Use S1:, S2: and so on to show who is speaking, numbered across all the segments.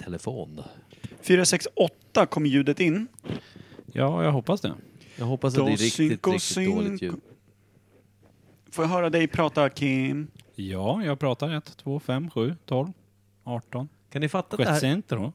S1: telefon.
S2: 468 kom ljudet in.
S3: Ja, jag hoppas det.
S1: Jag hoppas att det är riktigt,
S2: Dosinko,
S1: riktigt dåligt ljud.
S2: synko. Får jag höra dig prata Kim?
S3: Ja, jag pratar 1, 2, 5, 7, 12, 18.
S1: Kan ni fatta det här?
S3: Quetzentro.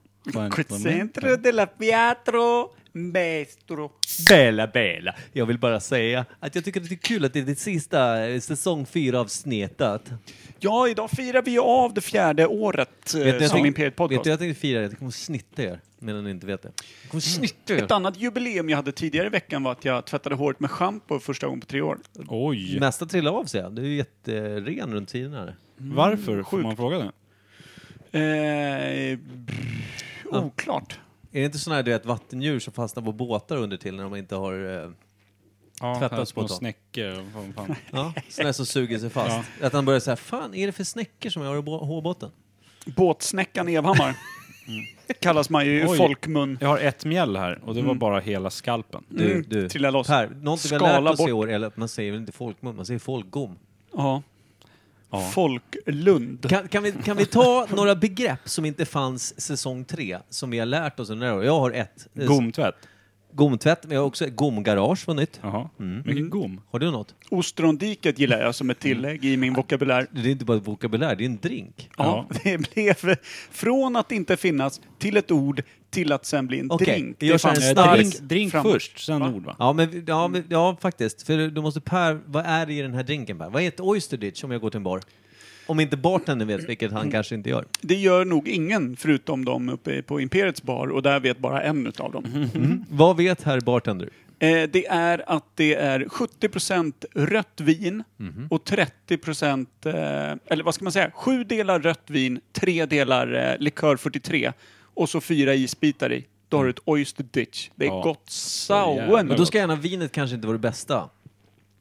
S2: Centro de la Piatro Maestro.
S1: Bella, bella. Jag vill bara säga att jag tycker att det är kul att det är det sista eh, säsong fyra
S2: Eh,
S1: avsnittet.
S2: Ja, idag firar vi ju av det fjärde året eh,
S1: ni, jag
S2: som
S1: tänkte-
S2: Imperiet Podcast.
S1: Vet ni, jag tänkte fira det. Jag kommer snitta er medan ni inte vet det. Jag
S2: Mm.
S1: kommer snitta
S2: Ett
S1: er.
S2: annat jubileum jag hade tidigare i veckan var att jag tvättade håret med schampo första gången på tre år.
S3: Oj,
S1: Mm. Nästa trillar av sig. Du är ju jätteren runt tiden här.
S3: varför? Får
S2: sjukt.
S3: man fråga det?
S2: Eh, brr, oklart.
S1: Är det inte sådana här du vet, vattendjur som fastnar på båtar under till när de inte har... Eh,
S3: Ja,
S1: Tvättas
S3: här små
S1: på tal.
S3: snäckor. och vad fan.
S1: ja, sådana här som suger sig fast. Att han börjar säga, fan är det för snäckor som jag har i bå- hårbotten?
S2: Båtsnäckan Evhammar. Mm. Kallas man ju i
S3: Oj.
S2: folkmun.
S3: Jag har ett mjäll här och det var bara hela skalpen.
S1: Du,
S2: Mm,
S1: du.
S2: trilla loss.
S1: Per, något vi har
S2: Skala
S1: lärt oss
S2: bort.
S1: i år är att man säger väl inte folkmun, man säger folkgom.
S2: Ja.
S3: Ja.
S2: Folklund.
S1: Kan, kan, vi, kan vi ta några begrepp som inte fanns säsong tre, som vi har lärt oss under det här året? Jag har ett. eh,
S3: Gomtvätt.
S1: Gomtvätt, men jag har också ett gomgarage, var nytt.
S3: Jaha, mycket gom.
S1: Har du något?
S2: Ostrondiket gillar jag som ett
S1: Mm.
S2: tillägg i min vokabulär.
S1: Det är inte bara ett vokabulär, det är en drink.
S2: Ja, det blev från att inte finnas till ett ord till att sen bli en
S1: Okej,
S2: drink.
S1: jag kör
S2: fan
S1: en
S2: ett
S1: stark-
S3: Eh, Drink,
S2: steg
S3: drink
S2: framåt.
S3: först, sen ord va?
S1: Ja, men, ja, men, ja, faktiskt. För då måste Per, vad är det i den här drinken Per? Vad heter Oyster Ditch om jag går till en bar? Om inte bartendern vet, vilket han kanske inte gör.
S2: Det gör nog ingen förutom de uppe på Imperiets bar och där vet bara en utav dem.
S1: Vad vet herr bartender?
S2: Eh, det är att det är 70% rött vin och 30% eh, eller vad ska man säga, sju delar rött vin, tre delar eh, likör 43 och så fyra isbitar i. Då har du ett oyster ditch. Det är
S3: Ja.
S2: gott sauen.
S3: jävla
S1: Men då ska gärna vinet kanske inte vara det bästa.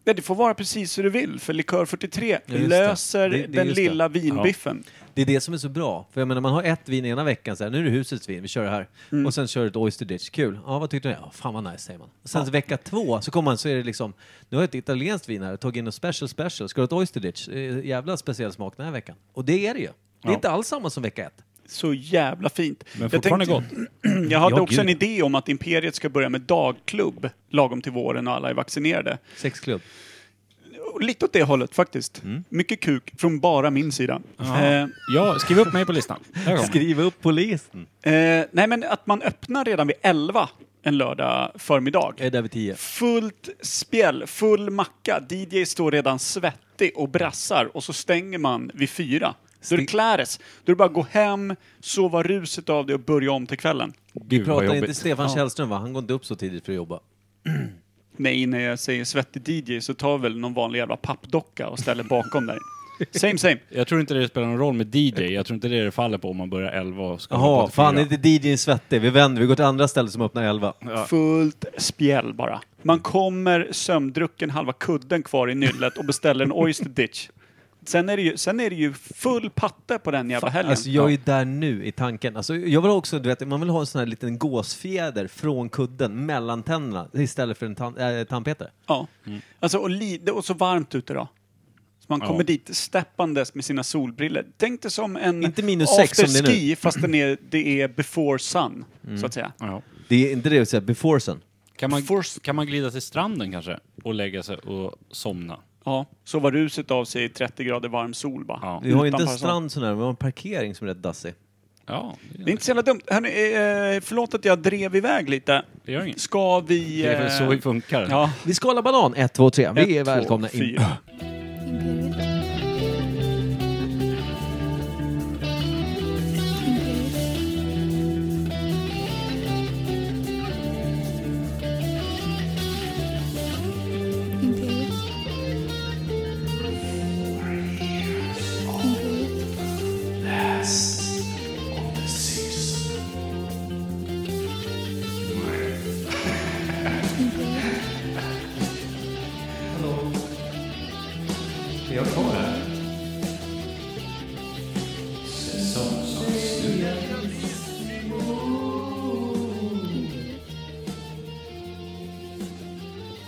S2: Nej, det får vara precis hur du vill, för likör 43
S1: Ja, just det.
S2: löser
S1: Det- det är
S2: den
S1: just det.
S2: lilla vinbiffen.
S1: Det är det som är så bra. För jag menar, man har ett vin ena veckan, så här, nu är det husets vin, vi kör det här. Och sen kör du ett Oyster Ditch, kul. Ja, vad tyckte du? Ja, fan vad nice, säger man. Och sen vecka två så kommer man så är det liksom, nu har jag ett italienskt vin här, och tagit in något special special, ska du ha ett Oyster Ditch? Eh, Jävla speciell smak den här veckan. Och det är det ju. Det är
S3: Ja.
S1: inte alls samma som vecka ett.
S2: Så jävla fint.
S3: Men fortfarande
S2: jag,
S3: gott.
S2: tänkte, jag hade
S1: Ja,
S2: också en
S1: gud.
S2: idé om att Imperiet ska börja med dagklubb lagom till våren och alla är vaccinerade.
S1: Sexklubb.
S2: Och Lite åt det hållet faktiskt.
S1: Mm.
S2: Mycket kuk från bara min sida. Eh,
S3: Ja, skriv upp mig på listan. Där kommer
S1: Skriv upp på listan.
S2: eh, nej, men att man öppnar redan vid 11 en lördag förmiddag.
S1: Jag är där vid tio.
S2: Fullt spjäll, full macka. DJ står redan svettig och brassar och så stänger man vid fyra. Då är det klares. Då är det bara att gå hem, sova ruset av det och börja om till kvällen.
S3: Vi
S1: Pratar inte Stefan Källström va? Han går inte upp så tidigt för att jobba.
S2: Nej, när jag säger svettig DJ så tar jag väl någon vanlig jävla pappdocka och ställer bakom där. Same same.
S3: Jag tror inte det spelar någon roll med DJ. Jag tror inte det är det faller på om man börjar 11 och ska
S1: Jaha,
S3: hoppa till
S1: fan är
S3: fyra.
S1: inte DJn svettig? Vi vänder, vi går till andra ställen som öppnar elva.
S2: Fullt spjäll bara. Man kommer sömndrucken, halva kudden kvar i nyllet och beställer en oyster ditch. Sen är, det ju, sen är det ju full patte på den jävla helgen.
S1: Alltså jag är där nu i tanken. Alltså, jag vill också, du vet, man vill ha en sån här liten gåsfjäder från kudden mellan tänderna istället för en tan- äh, tandpetare.
S2: Ja. Alltså, och, li- det- och så varmt ute då. Så man
S3: Mm. Ja.
S2: kommer dit steppandes med sina solbriller. Tänk dig som en
S1: Inte minus sex som det är nu.
S2: afterski fast den är, det är before sun, så att säga.
S3: Mm. Ja.
S1: Det är inte det att säga before sun.
S3: Kan, man,
S2: Force-
S3: kan man glida till stranden kanske och lägga sig och somna?
S2: Ja. Så var ruset av sig i 30 grader varm sol bara.
S3: Ja.
S1: Vi har ju inte
S2: Utan
S1: en
S2: parasoll.
S1: strand sån här, men vi har en parkering som är rätt dassig.
S3: Ja,
S2: Det är inte så jävla dumt. Hörrni, eh, förlåt att jag drev iväg lite.
S3: det gör inget.
S2: Ska vi...
S3: Det är väl så
S2: eh,
S3: vi funkar.
S2: Ja.
S1: Vi skalar banan, ett, två, tre. Vi är
S2: Ett, två,
S1: välkomna in.
S2: fyra.
S4: Imperial. Imperial.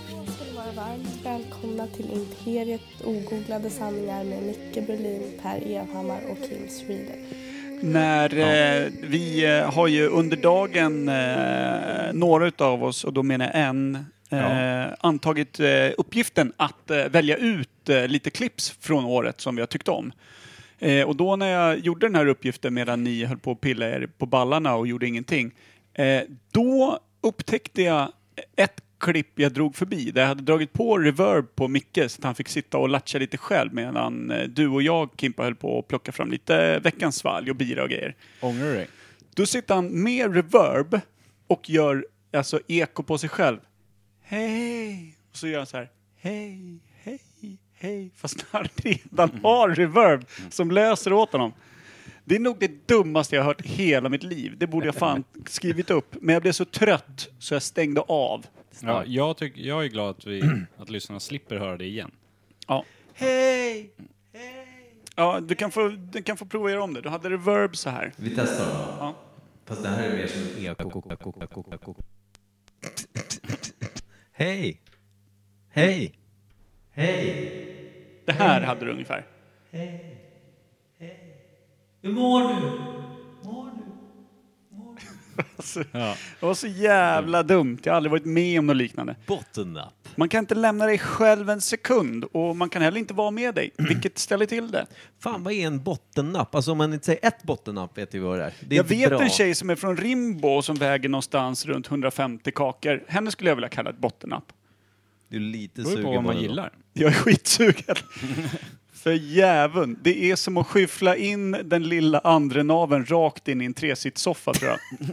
S5: ska ni vara varmt välkomna till Imperiet ogooglade sanningar med Micke Berlin, Per Evhammar och Kim Sweden.
S2: när eh, vi eh, har ju under dagen, eh, några utav oss, och då menar jag en, eh, antagit eh, uppgiften att eh, välja ut eh, lite clips från året som vi har tyckt om. Eh, och då när jag gjorde den här uppgiften medan ni höll på att pilla er på ballarna och gjorde ingenting, eh, då upptäckte jag ett klipp jag drog förbi där jag hade dragit på reverb på Micke så att han fick sitta och latcha lite själv medan eh, du och jag, Kimpa, höll på att plocka fram lite veckans svalg och bira och grejer.
S3: Ångrar du dig?
S2: Då sitter han med reverb och gör alltså eko på sig själv. Hej! Och så gör han så här. Hej, hej, hej. Fast han redan har reverb som löser åt honom. Det är nog det dummaste jag har hört i hela mitt liv. Det borde jag fan skrivit upp. Men jag blev så trött så jag stängde av.
S3: Ja, jag, tyck, jag är glad att, vi, att lyssnarna slipper höra det igen.
S2: Ja. Hej! Ja, du kan, få, du kan få prova göra om det. Du hade reverb så här.
S1: Vi testar.
S2: Ja.
S1: Fast det här är mer som e-, eko. Hej! Hej! Hej!
S2: Det här hade du ungefär.
S1: Hur mår du?
S2: Alltså,
S3: Ja.
S2: Det var så jävla dumt. Jag har aldrig varit med om något liknande.
S1: Bottennapp.
S2: Man kan inte lämna dig själv en sekund och man kan heller inte vara med dig, vilket ställer till det.
S1: Fan, vad är en bottennapp? Alltså om man inte säger ett bottennapp vet vi vad det är. Det är
S2: Jag
S1: inte
S2: vet
S1: bra.
S2: en tjej som är från Rimbo som väger någonstans runt 150 kakor. Henne skulle jag vilja kalla ett bottennapp.
S1: Du är lite
S3: Det beror ju
S1: sugen
S3: på vad man
S1: det då.
S3: gillar.
S2: Jag är skitsugen. För jäveln, det är som att skyffla in den lilla andra naven rakt in i en tresitssoffa tror jag.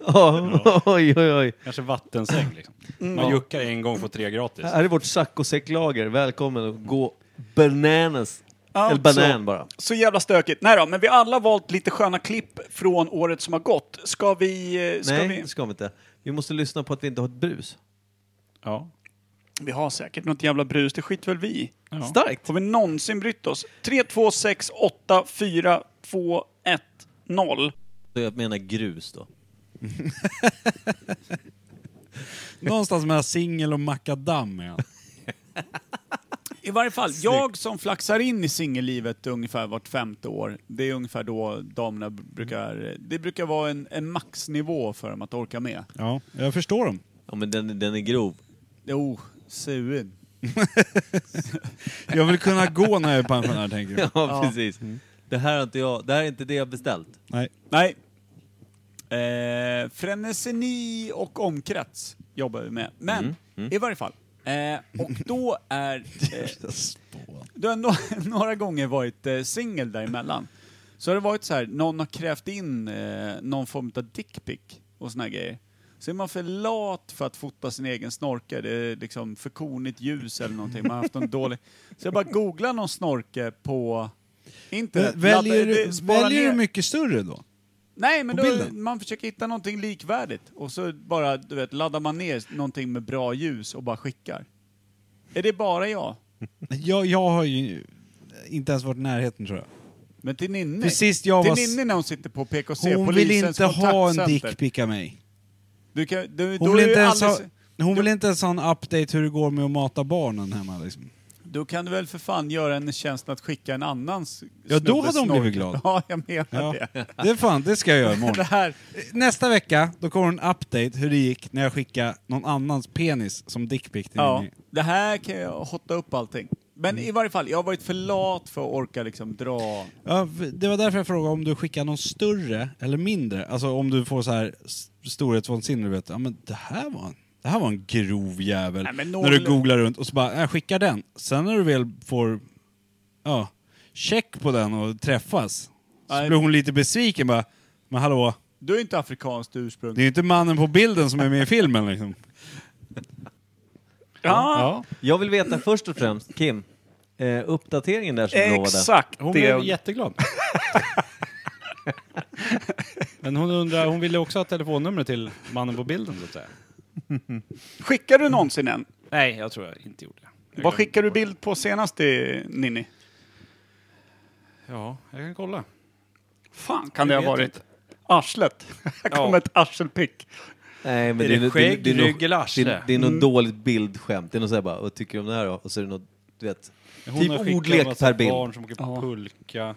S1: Ja, oj, oj, oj.
S3: Kanske vattensäng liksom. Man juckar en gång får tre gratis.
S1: Här är vårt saccosäcklager. Välkommen och gå bananas. Eller
S3: Alltså,
S1: banan bara.
S2: Så jävla stökigt. Nej då, men vi har alla valt lite sköna klipp från året som har gått. Ska vi... eh, Ska
S1: Nej,
S2: vi...
S1: det ska vi inte. Vi måste lyssna på att vi inte har ett brus.
S3: Ja.
S2: Vi har säkert något jävla brus, det skiter väl vi i.
S1: Starkt!
S2: Har vi någonsin brytt oss? 3, 2, 6, 8, 4, 2, 1, 0.
S1: Så Jag menar grus då.
S6: Någonstans mellan singel och makadam är han.
S2: I varje fall, jag som flaxar in i singellivet ungefär vart femte år, det är ungefär då damerna b- brukar... Det brukar vara en, en maxnivå för dem att orka med.
S6: Ja, jag förstår dem.
S1: Ja, men den, den är grov.
S2: Jo, sugen.
S6: Jag vill kunna gå när jag är pensionär, tänker du.
S1: Ja, precis.
S3: Mm.
S1: Det här, har inte jag, det här är inte det jag beställt.
S6: Nej.
S2: Nej. Eh, freneseni och omkrets jobbar vi med. Men i varje fall. Eh, och då är... Eh, du har no- några gånger varit eh, singel däremellan. Så har det varit så här, någon har krävt in eh, någon form av dickpic och såna här grejer. Så är man för lat för att fota sin egen snorkel. Det är liksom för konigt ljus eller någonting. Man har haft en dålig... Så jag bara googlar någon snorke på internet. Laddar-
S6: Väljer, du,
S2: det- sparar
S6: väljer
S2: ner-
S6: du mycket större då?
S2: Nej, men
S6: på
S2: då,
S6: bilden.
S2: man försöker hitta någonting likvärdigt och så bara, du vet, laddar man ner någonting med bra ljus och bara skickar. Är det bara jag?
S6: Jag, jag har ju inte ens varit i närheten, tror jag.
S2: Men till Ninni.
S6: Precis, jag
S2: till
S6: var s-
S2: Ninni när hon sitter på PKC,
S6: Hon vill
S2: polisens
S6: inte ha en
S2: kontaktcenter.
S6: dickpic av mig.
S2: Du kan, du,
S6: Hon
S2: då
S6: vill,
S2: är
S6: inte
S2: ju
S6: ens ha,
S2: alldeles-
S6: hon vill inte ens ha en update hur det går med att mata barnen hemma. Liksom.
S2: Då kan du väl för fan göra henne tjänsten att skicka en annans
S6: Ja, då hade
S2: snubbes
S6: hon blivit
S2: snorkel.
S6: glad.
S2: Ja, jag menar
S6: Ja.
S2: det.
S6: Det är fan, det ska jag göra
S2: Det
S6: imorgon.
S2: här,
S6: Nästa vecka, då kommer en update hur det gick när jag skickade någon annans penis som dickpic till
S2: ja,
S6: Ninni.
S2: det här kan jag hotta upp allting. Men
S6: Mm.
S2: i varje fall, jag har varit för lat för att orka liksom dra...
S6: Ja, för- det var därför jag frågade om du skickar någon större eller mindre. Alltså om du får så här s- storhetsvansinne, du vet. Ja men det här var en, det här var en grov jävel.
S2: Nej, men
S6: När du
S2: noll-
S6: googlar runt och så bara, jag skickar den. Sen när du väl får, ja, check på den och träffas.
S2: Nej.
S6: Så blir hon lite besviken bara, men hallå,
S2: Du är ju inte afrikanskt ursprung.
S6: det är ju inte mannen på bilden som är med i filmen liksom.
S2: Ja,
S3: ja.
S1: Jag vill veta först och främst, Kim, eh, uppdateringen där som du lovade.
S2: Exakt det.
S3: Hon blev jätteglad. Men hon undrar, hon ville också ha telefonnumret till mannen på bilden så att säga.
S2: Skickar du någonsin en?
S3: Nej, jag tror jag inte gjorde det.
S2: Vad
S3: Jag glömde
S2: skickar du
S3: bort det.
S2: bild på senast till Ninni?
S3: Ja, jag kan kolla.
S2: Fan kan det ha
S3: vet
S2: varit.
S3: inte.
S2: Arslet. Här
S3: Ja.
S2: kommer ett arselpick.
S1: Nej, men
S3: Är det
S1: nog-
S3: skägg,
S1: nog-
S3: rygg eller arsle?
S2: Mm.
S1: Det är, det är något dåligt bildskämt. Det är något såhär bara, vad tycker du om det här då? Och så är det något du vet,
S3: Hon
S1: typ
S3: har skickat en
S1: ordlek
S3: massa
S1: per bild.
S3: barn som åker på
S2: Ja.
S3: pulka.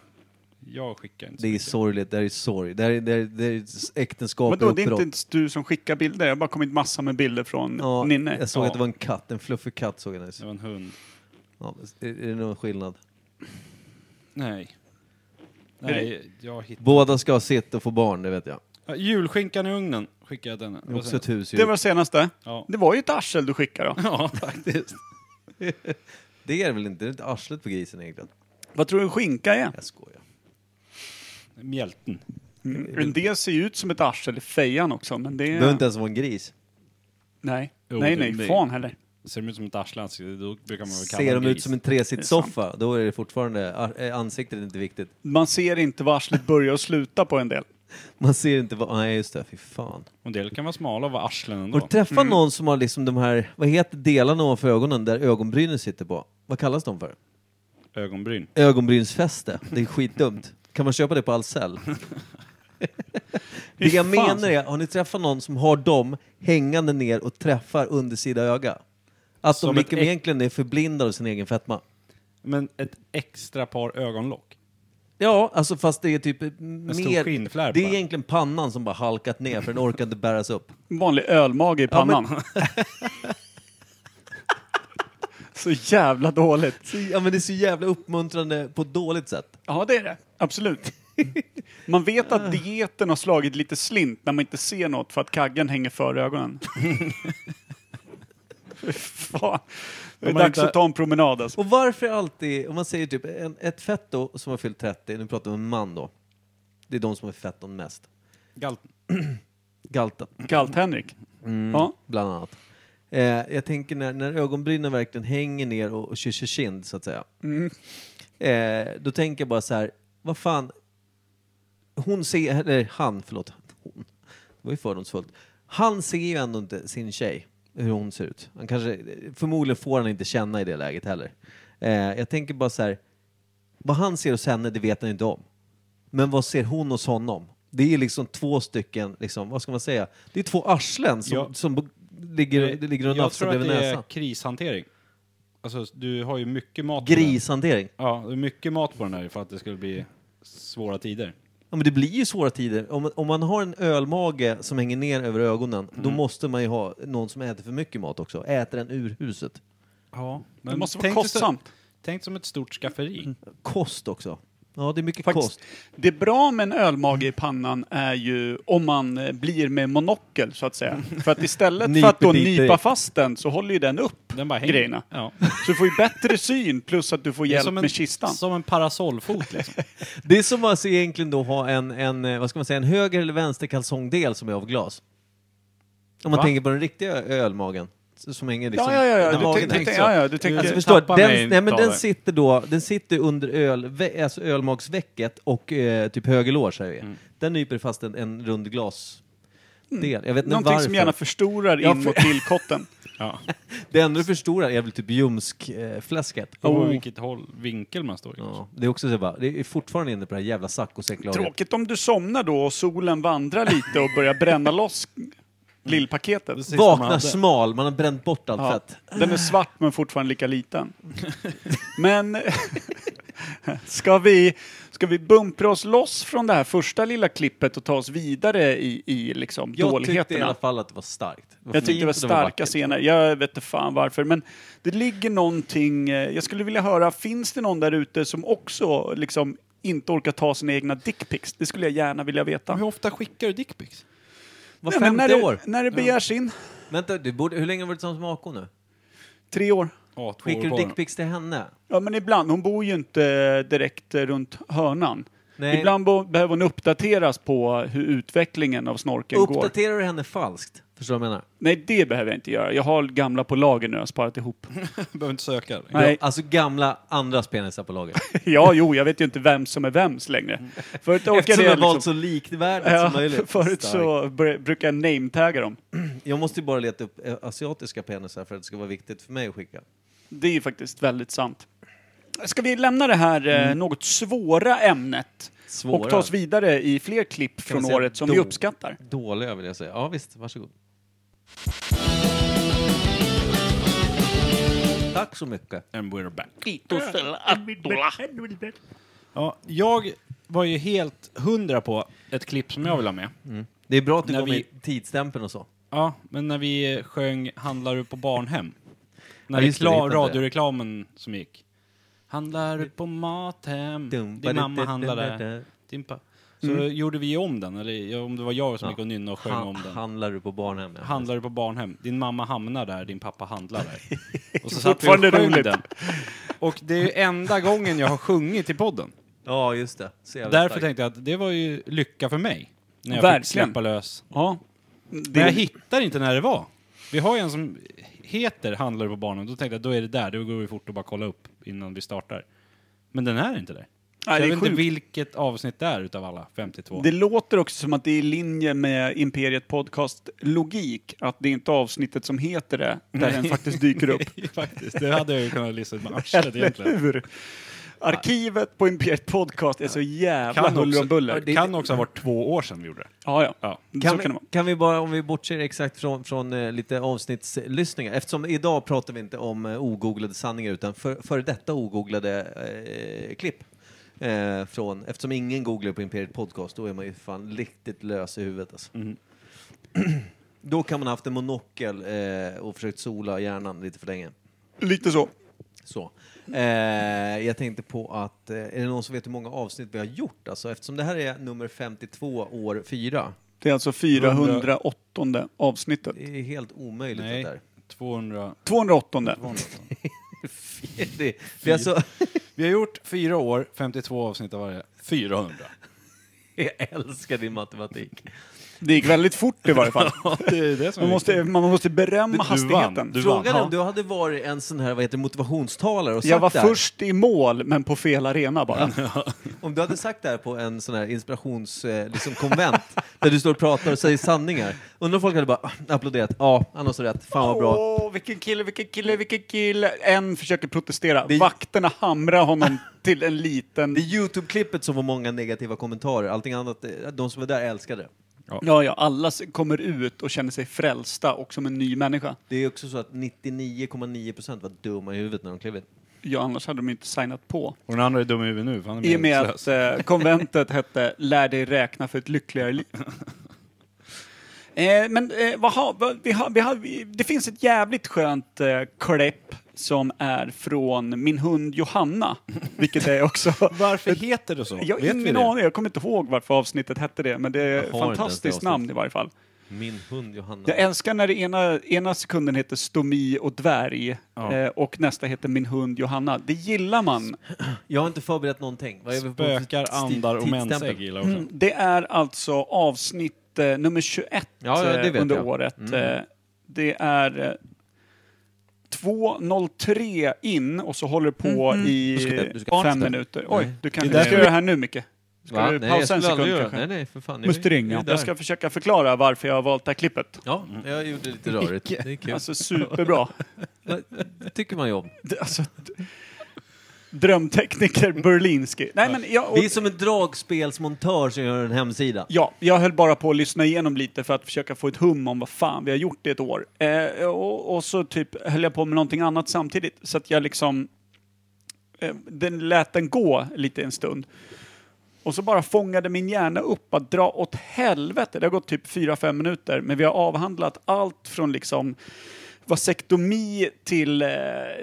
S3: Jag skickar inte så
S1: Det är
S3: mycket.
S1: sorgligt, det här är sorg. Det här är, det här är, det här är äktenskap
S2: Vadå,
S1: och
S2: det är
S1: uppbrott.
S2: inte ens du som skickar bilder? Jag har bara kommit massa med bilder från
S1: Ja,
S2: Ninne.
S1: jag såg
S3: Ja.
S1: att det var en katt, en fluffig katt såg jag nyss.
S3: Det var en hund.
S1: Ja, är, är det någon skillnad?
S3: Nej. Nej, jag hittar...
S1: Båda ska ha sitt och få barn, det vet jag.
S3: Ja, julskinkan i ugnen skickade jag denna.
S1: Det är också ett husdjur.
S2: Det var senaste.
S3: Ja.
S2: Det var ju ett arsel du skickade då.
S3: ja, faktiskt.
S1: Det är det väl inte? Det är inte arslet på grisen egentligen.
S2: Vad tror du en skinka är?
S1: Jag skojar.
S3: Mjälten.
S2: Mm. En del ser ju ut som ett arsel i fejan också, men det...
S1: Det behöver inte ens vara en gris.
S2: Nej,
S3: Jo,
S2: nej,
S3: det-
S2: nej,
S3: det-
S2: fan heller.
S3: Ser de ut som ett arsle ansikte, då brukar man väl kalla
S1: Ser
S3: en
S1: de ut
S3: gris.
S1: som en tresitssoffa, då är det fortfarande... ar- eh, Ansiktet är inte viktigt.
S2: Man ser inte var arslet börjar och slutar på en del.
S1: Man ser inte vad... Nej, just det. Fy fan.
S3: En del kan vara smala och vara arslen
S1: Har
S3: ändå.
S1: du träffat någon som har liksom de här... Vad heter delarna ovanför ögonen där ögonbrynen sitter på? Vad kallas de för?
S3: Ögonbryn.
S1: Ögonbrynsfäste. Det är skitdumt. Kan man köpa det på Ahlsell? det jag
S2: Fy fan.
S1: menar är, har ni träffat någon som har dem hängande ner och träffar undersida öga? Att
S3: Som
S1: de
S3: ett
S1: liksom
S3: äck-
S1: egentligen är förblindade av sin egen fetma.
S3: Men ett extra par ögonlock.
S1: Ja, alltså fast det är typ mer...
S3: stor skinnflärp
S1: Det är
S3: bara.
S1: egentligen pannan som bara halkat ner för den orkar inte bäras upp.
S2: En vanlig ölmage i pannan. så jävla dåligt.
S1: Så, ja men det är så jävla uppmuntrande på ett dåligt sätt.
S2: Ja, det är det. Absolut. Man vet att dieten har slagit lite slint när man inte ser något för att kaggen hänger för ögonen. Fy Fan. Det är
S3: Om man
S2: dags
S3: inte-
S2: att ta en promenad alltså.
S1: Och varför alltid, om man säger typ en, ett fetto som har fyllt 30, nu pratar vi om en man då. Det är de som är fetton mest.
S3: Galten.
S1: Galten,
S2: Kallt-Henrik. Ja.
S1: bland annat. Eh, jag tänker när, när ögonbrynen verkligen hänger ner och, och kysser kind, så att säga. Eh, då tänker jag bara så här, vad fan. Hon ser, eller han, förlåt. Hon. Det var ju fördomsfullt. Han ser ju ändå inte sin tjej, hur hon ser ut. Han kanske, förmodligen får han inte känna i det läget heller. Eh, jag tänker bara så här, vad han ser hos henne, det vet han inte om. Men vad ser hon hos honom? Det är liksom två stycken, liksom, vad ska man säga? Det är två arslen som,
S3: Ja.
S1: som ligger, det ligger och
S3: jag
S1: nafsar
S3: tror att
S1: bredvid
S3: det är
S1: näsan.
S3: krishantering. Alltså, du har ju mycket mat på den.
S1: Grishantering.
S3: Ja, det är mycket mat på den här ifall att det skulle bli svåra tider.
S1: Ja, men det blir ju svåra tider. Om, om man har en ölmage som hänger ner över ögonen, då måste man ju ha någon som äter för mycket mat också. Äter den ur huset.
S3: Ja,
S2: Det måste vara kostsamt.
S3: Tänk som ett stort skafferi.
S1: Mm. Kost också. Ja, det är mycket
S2: Faktiskt,
S1: kost.
S2: Det bra med en ölmage i pannan är ju om man eh, blir med monokel så att säga. För att istället för att då
S1: Nyper dit
S2: nypa
S1: direkt.
S2: fast den så håller ju den upp
S3: Den bara hänger.
S2: grejerna.
S3: Ja.
S2: Så du får ju bättre syn plus att du får
S3: Det är
S2: hjälp
S3: som en,
S2: med kistan.
S3: Som en parasollfot liksom.
S1: Det är som att alltså egentligen då ha en, en, eh, vad ska man säga, en höger eller vänster kalsongdel som är av glas. Om man
S3: Va?
S1: tänker på den riktiga ö- ölmagen. s- Som hänger liksom...
S2: ja, ja, ja,
S1: när
S2: ja. Du,
S1: magen
S2: tänk-
S1: hänger
S2: tänk-
S1: så.
S2: ja, ja, du tänker...
S1: Alltså
S3: Eh,
S1: förstår,
S3: tappa mig,
S1: den, nej, men den
S3: David.
S1: sitter då, den sitter under öl, vä- alltså ölmagsvecket och eh, typ höger lår säger vi. Den nyper fast en, en rund glasdel. Jag vet inte
S2: Mm. Någonting
S1: varför.
S2: som gärna förstorar
S1: Ja,
S2: in
S1: för-
S2: mot tillkotten.
S3: Ja.
S1: Det enda du förstorar är väl typ ljumskfläsket.
S3: Och
S1: Oh.
S3: på vilket håll, vinkel man står i.
S1: Ja, det är också så bara, det är fortfarande inne på det här jävla saccosäcklaget.
S2: Tråkigt om du somnar då och solen vandrar lite och börjar bränna loss lillpaketet.
S3: Det sista man
S1: Vakna
S3: hade.
S1: smal, man har bränt bort allt
S2: Ja,
S1: fett.
S2: den är svart men fortfarande lika liten. Men ska vi, ska vi bumpra oss loss från det här första lilla klippet och ta oss vidare i, i liksom
S1: Jag tyckte i
S2: dåligheterna?
S1: alla fall att det var starkt.
S2: Jag tyckte det var
S1: fint och
S2: starka
S1: vackert.
S2: scener. Jag vet inte fan varför. Men det ligger någonting... eh, Jag skulle vilja höra, finns det någon där ute som också liksom inte orkar ta sina egna dickpics? Det skulle jag gärna vilja veta.
S3: Hur ofta skickar du dickpics?
S1: Var
S2: Nej, men när,
S1: femte
S2: det-
S1: år.
S2: när det begärs in.
S1: Vänta, du borde, hur länge har du varit tillsammans med AK nu?
S2: Tre år.
S3: Ja, två
S1: Skickar
S3: år
S1: du
S3: kvar.
S1: dickpics till henne?
S2: Ja, men ibland. Hon bor ju inte direkt eh, runt hörnan.
S1: Nej.
S2: Ibland bo, behöver hon uppdateras på hur utvecklingen av snorkeln går.
S1: Uppdaterar du henne falskt? Förstår du vad jag menar?
S2: Nej, det behöver jag inte göra. Jag har gamla på lager nu, jag har sparat ihop.
S3: Behöver inte söka.
S2: Nej.
S1: Alltså gamla andras penisar på lager.
S2: ja, jo, jag vet ju inte vem som är vems längre. Förut orkade
S1: Eftersom
S2: jag
S1: jag valt
S2: liksom-
S1: så likvärdigt
S2: Ja,
S1: som möjligt.
S2: förut
S1: Starkt.
S2: så br- brukar jag nametagga dem.
S1: Jag måste ju bara leta upp eh, asiatiska penisar för att det ska vara viktigt för mig att skicka.
S2: Det är ju faktiskt väldigt sant. Ska vi lämna det här eh, något svåra ämnet och
S1: Mm. Svåra?
S2: ta oss vidare i fler klipp
S1: man
S2: från
S1: säga
S2: året som
S1: dom?
S2: vi uppskattar?
S1: Dåliga vill jag säga. Ja visst, varsågod. Tack så mycket.
S6: And we're back.
S3: Ja, jag var ju helt hundra på ett klipp som jag vill ha med.
S1: Det är bra att du
S3: När
S1: kom
S3: vi-
S1: med tidsstämpeln och så.
S3: Ja, men när vi sjöng Handlar du på barnhem? När
S1: Ja, just det, vi
S3: rekla-
S1: hittade det.
S3: radioreklamen som gick. Handlar du på Mathem? Din mamma handlar där. Din pa- Så gjorde vi om den, eller ja, om det var jag som
S1: Mm. Ja.
S3: gick och nynnade och sjöng
S1: Han,
S3: om den.
S1: handlar du på barnhem? ja.
S3: Handlar du på barnhem? Din mamma hamnar där, din pappa handlar där. Och så
S2: Fortfarande roligt.
S3: Och det är ju enda gången jag har sjungit i podden.
S1: Ja, just det. Så jävla
S3: Därför
S1: starkt.
S3: tänkte jag att det var ju lycka för mig. När jag fick
S2: Verkligen.
S3: släppa lös.
S2: Ja.
S3: Men jag
S2: Mm, Det,
S3: hittar inte när det var. Vi har ju en som heter Handlar du på barnen. Då tänkte jag då är det där. Då går vi fort och bara kolla upp innan vi startar. Men den är inte där. Så
S2: Nej,
S3: jag
S2: det,
S3: vet
S2: är
S3: inte
S2: sjukt.
S3: vilket avsnitt det är utav alla 52.
S2: det låter också som att det är i linje med Imperiet Podcast-logik. Att det är inte avsnittet som heter det, där den faktiskt dyker upp.
S3: Faktiskt, det hade jag ju kunnat lista med arslet egentligen.
S2: Hur? Arkivet på Imperiet Podcast är så jävla
S3: Kan
S2: huller
S3: också,
S2: om buller.
S3: kan också ha varit två år sedan vi gjorde det.
S2: Ja, ja.
S1: Kan
S2: så
S1: vi,
S2: kan det vara.
S1: kan vi bara, om vi bortser exakt från, från eh, lite avsnittslyssningar, eftersom idag pratar vi inte om eh, ogooglade sanningar utan för, före detta ogooglade eh, klipp. Eh, från, eftersom ingen googlar på Imperiet Podcast, då är man ju fan riktigt lös i huvudet. Alltså.
S2: Mm.
S1: då kan man ha haft en monokel eh, och försökt sola hjärnan lite för länge.
S2: Lite så.
S1: Så. Eh, jag tänkte på att, eh, är det någon som vet hur många avsnitt vi har gjort? Alltså, eftersom det här är nummer 52, år 4.
S2: Det är alltså 408 avsnittet.
S1: Det är helt omöjligt
S3: Nej,
S1: det där.
S3: 200.
S2: 208.
S1: Det, det är alltså
S3: Vi har gjort fyra år, 52 avsnitt av varje. 400.
S1: jag älskar din matematik.
S2: Det gick väldigt fort i varje fall.
S3: Det är det som
S2: Man
S3: är
S2: måste, man måste berömma
S3: vann.
S2: hastigheten.
S3: Du vann.
S1: Frågan är
S3: Ja.
S1: om du hade varit en sån här vad heter, det, motivationstalare och sagt
S2: Jag var
S1: det här,
S2: först i mål, men på fel arena bara.
S1: om du hade sagt det här på en sån här inspirationskonvent liksom, konvent, där du står och pratar och säger sanningar. Undrar om folk hade bara "Ah, applåderat. Ja, han har så rätt. Fan vad bra.
S2: Åh, vilken kille, vilken kille, vilken kille. En försöker protestera.
S1: Det-
S2: Vakterna hamrar honom till en liten...
S1: Det är Youtube-klippet som var många negativa kommentarer. Allting annat, eh, de som var där älskade det.
S2: Ja, ja, alla s- kommer ut och känner sig frälsta och som en ny människa.
S1: Det är också så att 99,9% var dumma i huvudet när de klev in.
S2: Ja, annars hade de inte signat på.
S3: Och den andra är dum i huvudet nu, för han är
S2: I och med
S3: meningslös.
S2: att eh, konventet hette Lär dig räkna för ett lyckligare liv. Eh, men eh, vad har, vad, vi har, vi har, vi, det finns ett jävligt skönt eh, klipp som är från min hund Johanna. Vilket är också...
S3: Varför heter det så?
S2: Jag har
S3: Vet vi
S2: ingen
S3: det?
S2: aning, jag kommer inte ihåg varför avsnittet hette det, men det är ett
S1: inte ens det
S2: fantastiskt
S1: avsnittet.
S2: namn i varje fall.
S1: Min hund Johanna.
S2: Jag älskar när det ena, ena sekunden heter Stomi och dvärg
S3: Ja.
S2: eh, och nästa heter Min hund Johanna. Det gillar man
S1: Jag har inte förberett någonting. Vad är vi på för
S3: Spökar,
S1: tid-
S3: andar och
S1: tidsstämpel?
S3: mensägg gillar jag också.
S2: Mm, Det är alltså avsnitt eh, nummer 21
S1: Ja, ja, det
S2: eh,
S1: vet
S2: under
S1: jag. Mm.
S2: året. Eh, det är eh, 2.03 in och så håller det på i
S1: Du ska- du ska pausa
S2: fem
S1: där.
S2: minuter. Oj,
S1: Nej.
S2: du kanske
S3: Det är
S2: ska
S3: därför-
S2: göra det här nu Micke. Ska
S1: Va?
S2: du
S1: Nej,
S2: pausa en
S1: jag skulle aldrig
S2: sekund
S1: göra-
S2: kanske?
S1: Nej, nej, för fan.
S2: Måste ringa. Jag
S1: Ska...
S2: ska försöka förklara varför jag har valt det här klippet.
S1: Ja, jag gjorde det lite rörigt. Det är kul.
S2: Alltså superbra.
S1: det tycker man ju om.
S2: D- alltså, d- drömtekniker Berlinski. Nej, men jag, och-
S1: Det är som en dragspelsmontör som gör en hemsida.
S2: Ja, jag höll bara på att lyssna igenom lite för att försöka få ett hum om vad fan vi har gjort i ett år. Eh, och, och så typ höll jag på med någonting annat samtidigt. Så att jag liksom... Eh, den lät den gå lite en stund. Och så bara fångade min hjärna upp att dra åt helvete. Det har gått typ 4-5 minuter, men vi har avhandlat allt från liksom vasektomi till eh,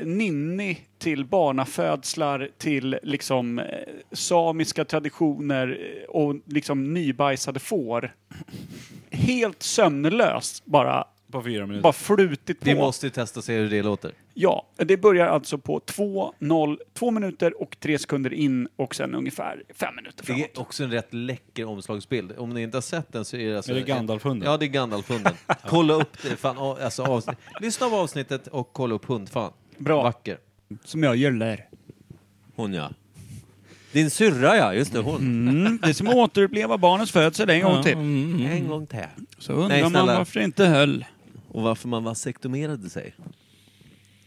S2: ninni, till barnafödslar, till liksom eh, samiska traditioner eh, och liksom nybajsade får. Helt sömnlöst bara,
S3: På fyra minuter.
S2: bara flutit på.
S1: Vi måste ju testa och se hur det låter.
S2: Ja, det börjar alltså på 2, 0, 2 minuter och 3 sekunder in och sen ungefär 5 minuter
S1: Det
S2: framåt.
S1: är också en rätt läcker omslagsbild. Om ni inte har sett den så är det alltså...
S3: Är det Gandalf-hunden?
S1: Ja, det är Gandalf-hunden. kolla upp det. Fan, av- alltså, avsnitt. Lyssna på avsnittet och kolla upp hundfan.
S2: Bra.
S1: Vacker.
S2: Som jag gillar.
S1: Hon ja. Din syrra ja, just det, hon.
S2: Mm, det är som att återuppleva barnets födsel en gång till.
S1: En gång till.
S2: Så undrar
S1: Nej,
S2: man
S1: snälla.
S2: varför det inte höll.
S1: Och varför man vasektomerade sig.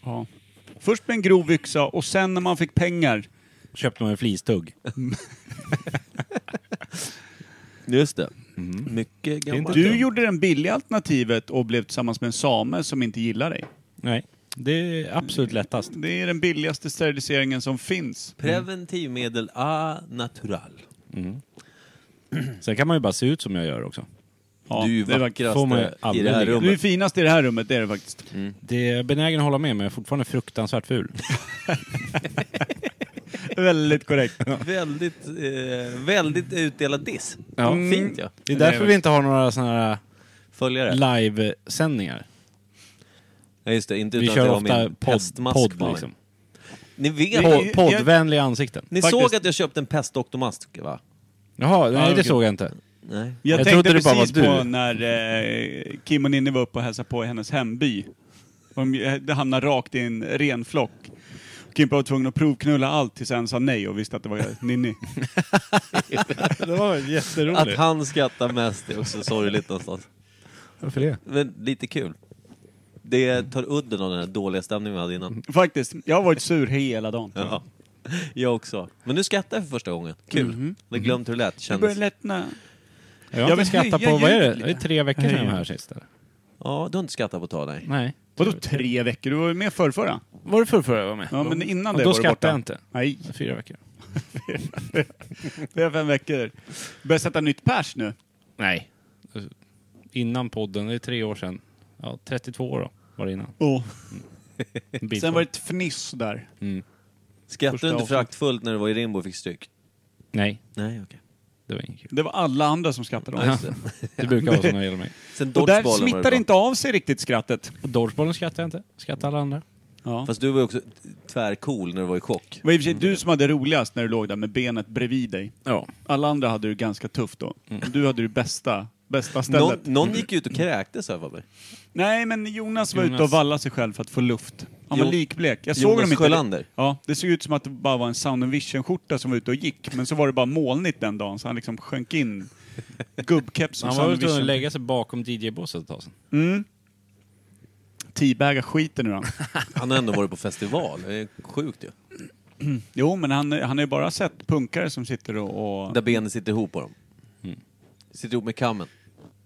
S2: Ja. Först med en grov yxa och sen när man fick pengar.
S3: Köpte man en flistugg.
S1: Just det. Mm.
S3: Mm.
S1: Mycket gammalt.
S2: Du gjorde det billiga alternativet och blev tillsammans med en same som inte gillar dig.
S3: Nej. Det är absolut lättast.
S2: Det är den billigaste steriliseringen som finns.
S1: Preventivmedel a natural.
S3: Sen kan man ju bara se ut som jag gör också.
S2: Ja,
S1: du är ju
S2: det var-
S1: vackraste
S3: får man ju
S1: i
S3: aldrig
S1: det här
S3: ligga.
S2: Du är
S1: rummet.
S2: finast i det här rummet, det är det faktiskt.
S3: Mm.
S6: Mm.
S3: Det är jag benägen att hålla med, men jag är fortfarande fruktansvärt ful.
S2: Väldigt korrekt.
S1: Väldigt, eh, väldigt utdelad diss. Mm.
S3: Ja.
S1: Fint ja.
S3: Mm. Det är
S2: Det är
S3: därför vi inte har några sådana här
S1: Följare.
S3: livesändningar.
S1: Ja, just det, inte
S3: Vi
S1: utan att
S3: kör
S1: jag har
S3: ofta
S1: min
S3: podd,
S1: pestmask på
S3: podd
S1: mig.
S3: liksom.
S1: Ni vet,
S2: Podd.
S1: ni,
S2: jag-
S3: Poddvänliga ansikten.
S2: faktiskt.
S1: såg att jag köpte en pestdoktormask va?
S3: Jaha,
S2: Ja,
S3: nej det
S2: okej.
S3: såg jag inte.
S1: Nej.
S2: Jag,
S3: Jag
S2: tänkte
S3: trodde det bara
S2: precis
S3: var du.
S2: på när eh, Kim och Ninni var uppe och hälsade på i hennes hemby. De, eh, det hamnade rakt i en renflock. Kimpa var tvungen att provknulla allt tills en sa nej och visste att det var Ninni.
S3: Det var jätteroligt.
S1: Att han skrattar mest är också sorgligt någonstans.
S3: Varför det?
S1: Men lite kul. Det tar udden av den här dåliga stämningen vi hade innan.
S2: Faktiskt, jag har varit sur hela dagen.
S1: Ja. Jag också. Men nu skrattar jag för första gången. Kul. Mm Jag glömt hur det lät.
S2: Mhm. Det börjar
S1: Kändes...
S2: lättna.
S3: Jag har
S2: vill
S3: inte skrattat
S2: höja
S3: på, vad är det?
S2: ljudet
S3: Det är tre veckor sedan jag var här sist. eller?
S1: Ja, du har inte skrattat på ett tag, nej.
S3: Nej.
S2: Vadå tre veckor? Du var ju med förr, förra.
S3: Var det förrförra jag var med?
S2: Ja, men innan
S3: Och
S2: det
S3: då
S2: var du borta.
S3: skrattade jag inte.
S2: Nej,
S3: Fyra veckor.
S2: det är fem veckor. Börjar sätta nytt pers nu.
S3: Nej. Innan podden, det är tre år sedan. Ja, 32 år då, var det innan.
S2: Oh.
S3: Bild
S2: Sen
S3: på.
S2: var det ett fniss där.
S1: Skrattade
S2: Första
S1: du inte
S2: avsnitt.
S1: föraktfullt när du var i Rimbo och fick stryk?
S3: Nej,
S1: Nej, okej.
S3: det var inget kul.
S2: Det var alla andra som skrattade åt
S1: Ja,
S2: oss.
S1: just det.
S3: Det brukar vara så när det gäller mig.
S1: Sen
S2: Och där
S1: dodgebollen var det
S2: smittar
S1: bra.
S2: inte av sig riktigt skrattet.
S3: Dodgebollen skrattar jag inte. Skrattar alla andra.
S2: Ja.
S1: Fast du var ju också tvärcool när du var i chock.
S2: Det var i och för sig du som hade roligast när du låg där med benet bredvid dig.
S3: Ja. Mm.
S2: Alla andra hade du ganska tufft då. Du hade det bästa, bästa
S1: Någon,
S2: stället.
S1: någon gick ut och kräktes har jag för mig.
S2: Nej, men Jonas var
S3: Jonas.
S2: ute och vallade sig själv för att få luft. Han var
S1: Jo-
S2: likblek. Jag såg
S1: Jonas
S2: honom inte.
S1: Sjölander.
S2: Ja, det såg ut som att det bara var en Sound and Vision-skjorta som var ute och gick, men så var det bara molnigt den dagen, så han liksom sjönk in. Gubbkeps och
S3: Han var
S2: Sound
S3: väl
S2: and
S3: tvungen att
S2: Vision.
S3: lägga sig bakom DJ-båset ett tag sedan.
S2: Mm. Teabaga skiten ur han.
S1: Han har ändå varit på festival. Det är sjukt ju.
S2: Jo, men han, han har ju bara sett punkare som sitter och... och...
S1: Där benen sitter ihop på dem.
S2: Mm.
S1: Sitter ihop med kammen.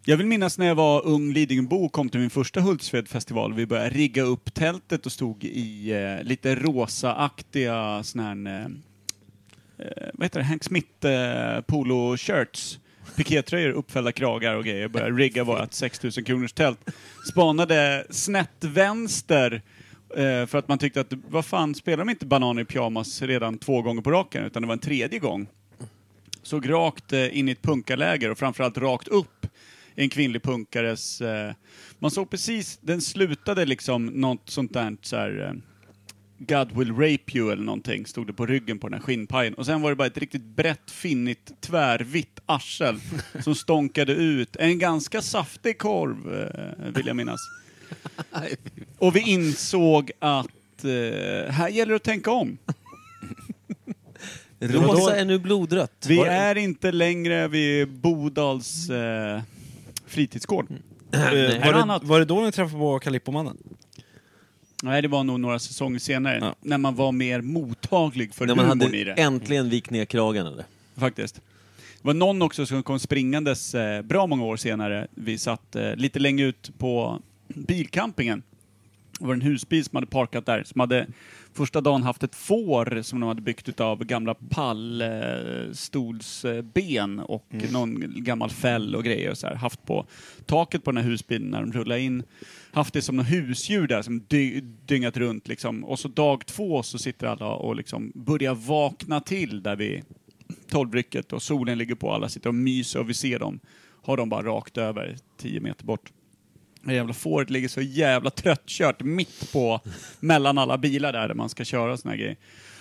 S2: Jag vill minnas när jag var ung Lidingöbo och kom till min första Hultsfred-festival. Vi började rigga upp tältet och stod i eh, lite rosa-aktiga sån här, eh, eh, vad heter det, Hank Smith eh, polo-shirts. Pikétröjor, uppfällda kragar och grejer. Började rigga vårt 6000 kronors tält. Spanade snett vänster eh, för att man tyckte att, vad fan, spelar de inte bananer i pyjamas redan två gånger på raken? Utan det var en tredje gång såg rakt eh, in i ett punkarläger och framförallt rakt upp i en kvinnlig punkares... Eh, man såg precis, den slutade liksom något sånt där så här, eh, God will rape you eller någonting, stod det på ryggen på den här skinnpajen. Och sen var det bara ett riktigt brett, finnigt, tvärvitt arsel som stånkade ut en ganska saftig korv, eh, vill jag minnas. Och vi insåg att eh, här gäller det att tänka om. var då-
S1: Rosa är nu blodrött.
S2: Vi
S1: Var det-
S2: är inte längre vid Bodals eh, fritidsgård.
S1: Mm. Nej.
S2: Var det- annat?
S3: var det då ni träffade på Kalippomannen?
S2: Nej, det var nog några säsonger senare,
S3: Ja.
S2: när man var mer mottaglig för
S1: När man
S2: humorn
S1: hade
S2: i det.
S1: äntligen vikt ner kragen eller?
S2: Faktiskt. Det var någon också som kom springandes eh, bra många år senare. Vi satt eh, lite längre ut på bilcampingen. Det var en husbil som hade parkat där, som hade första dagen haft ett får som de hade byggt utav gamla pallstolsben och någon gammal fäll och grejer och så här, haft på taket på den här husbilen när de rullade in. Haft det som något husdjur där som dy dyngat runt liksom. Och så dag två så sitter alla och liksom börjar vakna till där vi tolvrycket och solen ligger på, alla sitter och myser och vi ser dem. Har de bara rakt över, 10 meter bort. Det jävla fåret ligger så jävla tröttkört mitt på, mellan alla bilar där, där man ska köra och såna här grejer.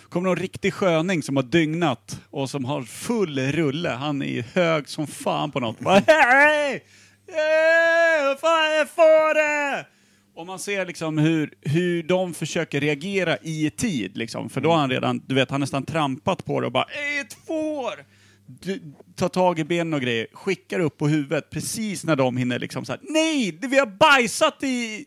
S2: Kommer någon riktig sköning som har dygnat och som har full rulle. Han är ju hög som fan på något. Bara, hej! Hej! Vad fan är fåret? Och man ser liksom hur, hur de försöker reagera i tid, liksom. för då har han redan, du vet, han har nästan trampat på det och bara "Ey, ett får! Du, tar tag i benen och grejer, skickar upp på huvudet precis när de hinner liksom såhär, nej! det- Vi har bajsat i...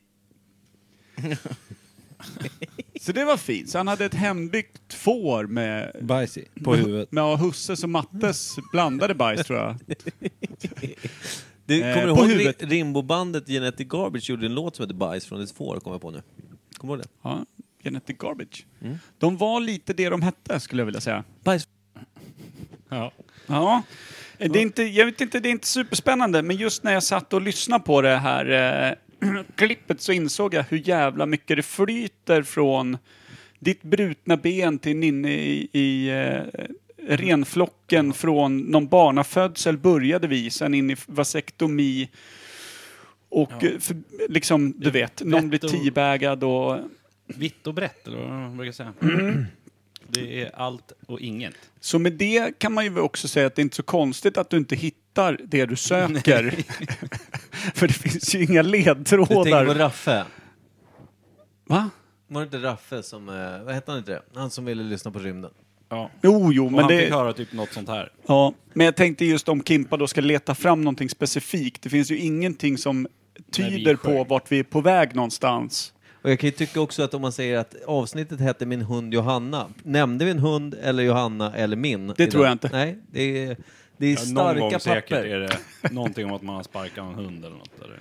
S2: så det var fint. Så han hade ett hembyggt får med,
S3: Bajs på huvudet.
S2: med Husses och Mattes blandade bajs tror jag.
S1: Du,
S2: Eh,
S1: kommer du
S2: på
S1: ihåg
S2: huvudet.
S1: Eh, Ri- Rimbobandet Genetic Garbage gjorde en låt som heter Bajs från ett får, kommer jag på nu. Kommer du ihåg det?
S2: Ja, Genetic Garbage. De var lite det de hette skulle jag vilja säga.
S1: Bajs.
S3: Ja.
S2: Ja. Eh, Det är inte, jag vet inte, det är inte superspännande, men just när jag satt och lyssnade på det här eh, klippet så insåg jag hur jävla mycket det flyter från ditt brutna ben till inne i, i eh, renflocken från någon barnafödsel började vi, sen in i vasektomi och eh, för, liksom, du vet, någon blir
S3: och-
S2: teabagad och...
S3: Vitt och brett, eller vad man brukar säga. Det är allt och inget.
S2: Så med det kan man ju också säga att det är inte så konstigt att du inte hittar det du söker. För det finns ju inga
S1: Du tänker på
S2: ledtrådar.
S1: Raffe.
S2: Va?
S1: Var det inte Raffe som, eh, vad hette han inte det? Han som ville lyssna på rymden.
S3: Ja.
S2: Jo, jo,
S3: Men
S2: men
S3: han fick
S2: det...
S3: höra typ något sånt här.
S2: Ja, men jag tänkte just om Kimpa då ska leta fram någonting specifikt. Det finns ju ingenting som tyder på
S3: sjöng.
S2: vart vi är på väg någonstans.
S1: Och jag kan ju tycka också att om man säger att avsnittet hette Min hund Johanna. Nämnde vi en hund eller Johanna eller min? i
S2: tror jag
S1: den?
S2: inte.
S1: Nej, det är, det är
S3: Ja, någon gång
S1: starka
S3: säkert
S1: papper.
S3: är det någonting om att man har sparkat en hund eller något. Eller?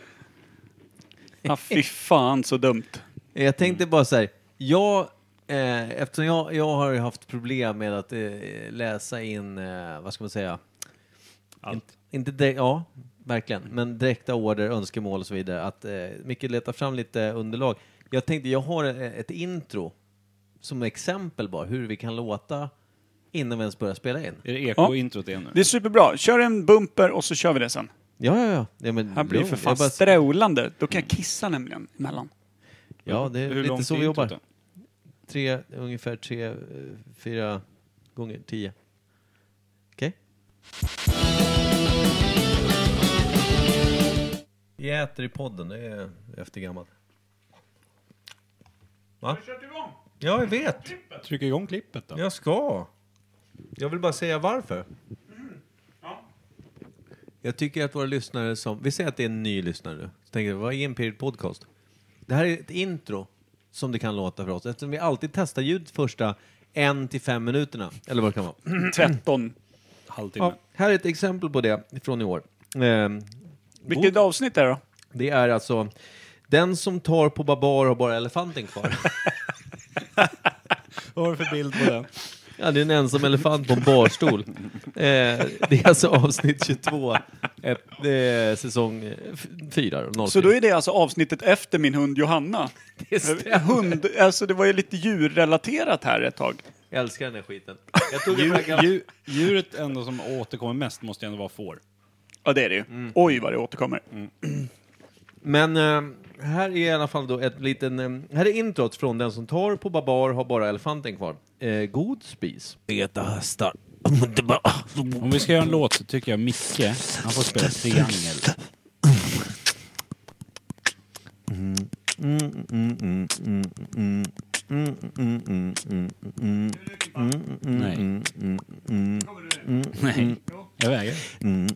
S2: Ja, Ah, fy fan så dumt.
S1: Jag tänkte bara så här, jag, eh, eftersom jag, jag har ju haft problem med att eh, läsa in, eh, vad ska man säga? Allt. Inte direkt, ja, verkligen. Men direkta order, önskemål och så vidare. Att eh, mycket leta fram lite underlag. Jag tänkte, jag har eh, ett intro som exempel bara, hur vi kan låta innan vi ens börjar spela in.
S3: Är det eko-introt igen
S2: Det
S3: nu?
S2: är superbra. Kör en bumper och så kör vi det sen.
S1: Ja, ja, ja. ja men,
S2: Här blir det
S1: lugn.
S2: för fan
S1: Jag bara-
S2: strålande. Då kan jag kissa nämligen emellan.
S1: Ja, det är
S3: Hur långt
S1: lite så
S3: är
S1: vi
S3: introt
S1: jobbar.
S3: då?
S1: Tre, ungefär tre, eh, fyra gånger tio. Okej? Vi äter i podden, det är efter gammalt. Va? Ja, jag vet.
S3: Tryck igång klippet då.
S1: Jag ska. Jag vill bara säga varför. Jag tycker att våra lyssnare som... Vi säger att det är en ny lyssnare nu. Så tänker jag, vad är Imperial Podcast? Det här är ett intro som det kan låta för oss. Eftersom vi alltid testar ljud första en till fem minuterna. Eller vad det kan vara.
S2: Mm. 13.
S3: Halvtimme.
S1: Ja, här är ett exempel på det från i år. Ehm,
S2: Vilket avsnitt är det då?
S1: det är alltså... Den som tar på Babar har bara elefanten kvar.
S3: Vad har du för bild på den?
S1: Ja, det är en ensam elefant på en barstol. eh, det är alltså avsnitt 22, ett, eh, säsong eh, f- 4. då, 04.
S2: Så då är det alltså avsnittet efter min hund Johanna.
S1: Det stämmer.
S2: Hund, alltså det var ju lite djurrelaterat här ett tag.
S1: Jag älskar den här skiten. Jag tog en
S3: Djur,
S1: gamla...
S3: djur, djuret ändå som återkommer mest måste ju ändå vara får.
S2: Ja, det är det ju.
S1: Mm.
S2: Oj, vad det återkommer.
S1: Men eh, här är i alla fall då ett liten... Eh, här är introt från den som tar på Babar har bara elefanten kvar. Eh, god spis. Beta hästar.
S3: Om vi ska göra en låt så tycker jag Micke, han får spela triangel. Nej.
S1: Mm,
S3: Nej, jag vägrar.
S1: Mm,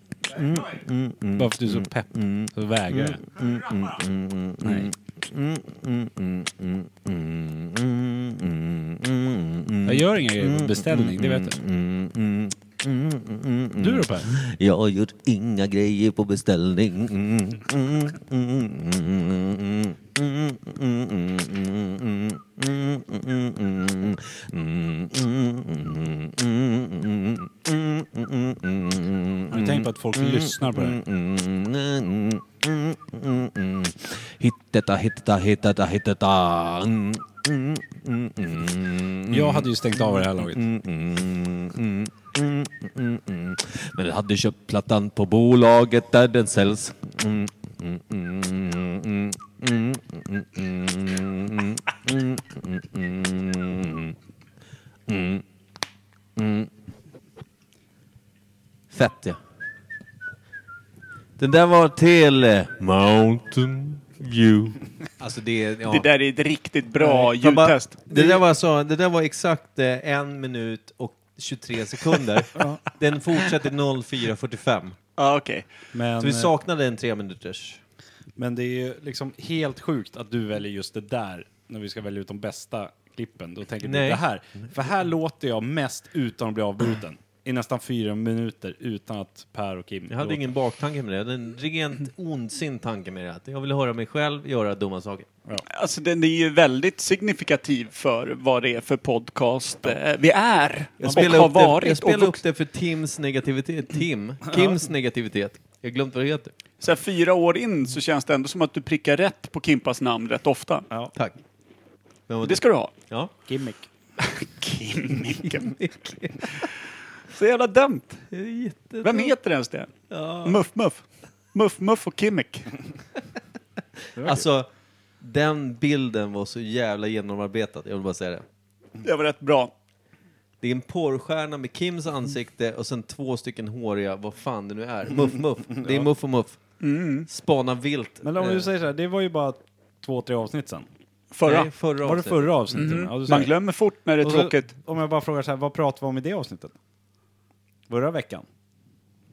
S3: Bara för att du är så pepp så vägrar jag.
S1: Mm.
S3: Nej. Jag gör inga grejer på beställning, det vet du. Du då Per?
S1: Jag har gjort inga grejer på beställning. Mm, mm, mm, mm, mm, mm, mm, mm, mm, mm, mm, mm, mm, mm, mm, mm, mm, mm.
S3: Har du tänkt på att folk lyssnar på det här?
S1: Hitteta, hitteta, hitteta, hitteta. Mm, mm, mm, mm.
S3: Jag hade ju stängt av det här laget.
S1: Mm, mm, mm, mm, mm. Men jag hade köpt plattan på bolaget där den säljs. Mm, mm, mm, mm, mm, mm, mm, mm, mm, mm, mm. Fett ja. Den där var till eh, Mountain View. Alltså det, är- ja.
S2: Det där är ett riktigt bra
S1: Får jag bara-
S2: ljudtest.
S1: Det där var, alltså, det där var exakt eh, en minut och 23 sekunder. Den fortsatte 04.45.
S2: Ja, okej.
S3: Men, eh,
S1: Så vi saknade en tre minuters.
S3: men det är ju liksom helt sjukt att du väljer just det där när vi ska välja ut de bästa klippen. Då tänker du
S1: Nej.
S3: det här. För här låter jag mest utan att bli avbruten. i nästan fyra minuter utan att Per och Kim...
S1: Jag hade ingen baktanke med det. Jag hade en rent ondsint tanke med det. Att jag ville höra mig själv göra dumma saker.
S2: Alltså den är ju väldigt signifikativ för vad det är för podcast eh, vi är
S1: Jag
S2: och
S1: spelade,
S2: har
S1: upp det,
S2: varit.
S1: jag
S2: och
S1: spelade
S2: vux-
S1: upp det för Tims negativitet. Tim. Kims negativitet. Jag har glömt vad det heter.
S2: så här, fyra år in så känns det ändå som att du prickar rätt på Kimpas namn rätt ofta.
S3: Ja,
S1: Tack. Men vad-
S2: Det ska du ha.
S1: Ja.
S3: gimmick.
S2: Kimmiken. Så jävla dumt. Vem heter ens det? Muff Muff. Muff Muff och Kimmik.
S1: Alltså, den bilden var så jävla genomarbetad. Jag vill bara säga det.
S2: Det var rätt bra.
S1: Det är en porrstjärna med Kims
S3: Mm.
S1: ansikte och sen två stycken håriga, vad fan det nu är. Muff, muff. Det är muff och muff. Spana vilt.
S3: Mm. Men om
S1: Eh,
S3: du säger så här, det var ju bara två, tre avsnitt sen.
S2: Förra.
S1: Nej, förra
S3: Var det
S1: avsnittet. Mm-hmm.
S3: förra avsnittet? Ja, du
S2: Man
S3: säger.
S2: glömmer fort när det är
S3: Och så-
S2: tråkigt.
S3: Om jag bara frågar så här, vad pratade vi om i det avsnittet? Förra veckan?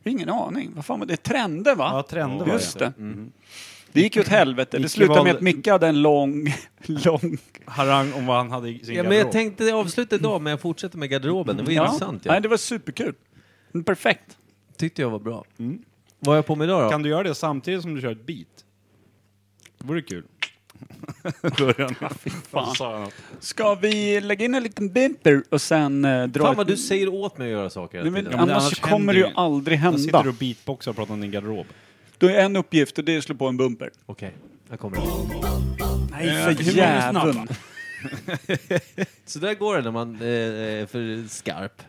S2: Ingen aning. Vad fan var det? Trender va?
S3: Ja, trender var
S2: Just det.
S1: Mm.
S2: Det gick ju åt helvete. Det
S3: Micke
S2: slutade med
S3: valde-
S2: att Micke hade en lång, lång...
S3: Harang om vad han hade i sin
S1: Ja, men jag tänkte avsluta idag, men jag fortsätter med garderoben. Det
S3: Mm.
S1: var intressant.
S2: Nej,
S1: Ja.
S2: det var superkul. Perfekt.
S1: Tyckte jag var bra. Vad har jag på mig idag då?
S3: Mm. Kan du göra det samtidigt som du kör ett beat? Det vore kul. Början.
S2: Fan.
S3: Sa han att-
S2: Ska vi lägga in en liten bumper och sen eh, dra
S1: Fan vad
S2: ett-
S1: du säger åt mig att göra saker
S2: Nej,
S1: hela
S2: men,
S1: tiden.
S2: annars,
S3: annars
S2: kommer det
S3: händer
S2: ju
S3: ju-
S2: aldrig
S3: Då sitter du
S2: hända.
S3: och beatboxar och pratar om din garderob.
S2: Då är en uppgift och det är att slå på en bumper.
S1: Okej, jag kommer.
S2: Nej,
S3: hur
S2: för
S3: många snabba?
S2: jäveln.
S1: Så där går det när man eh, är för skarp.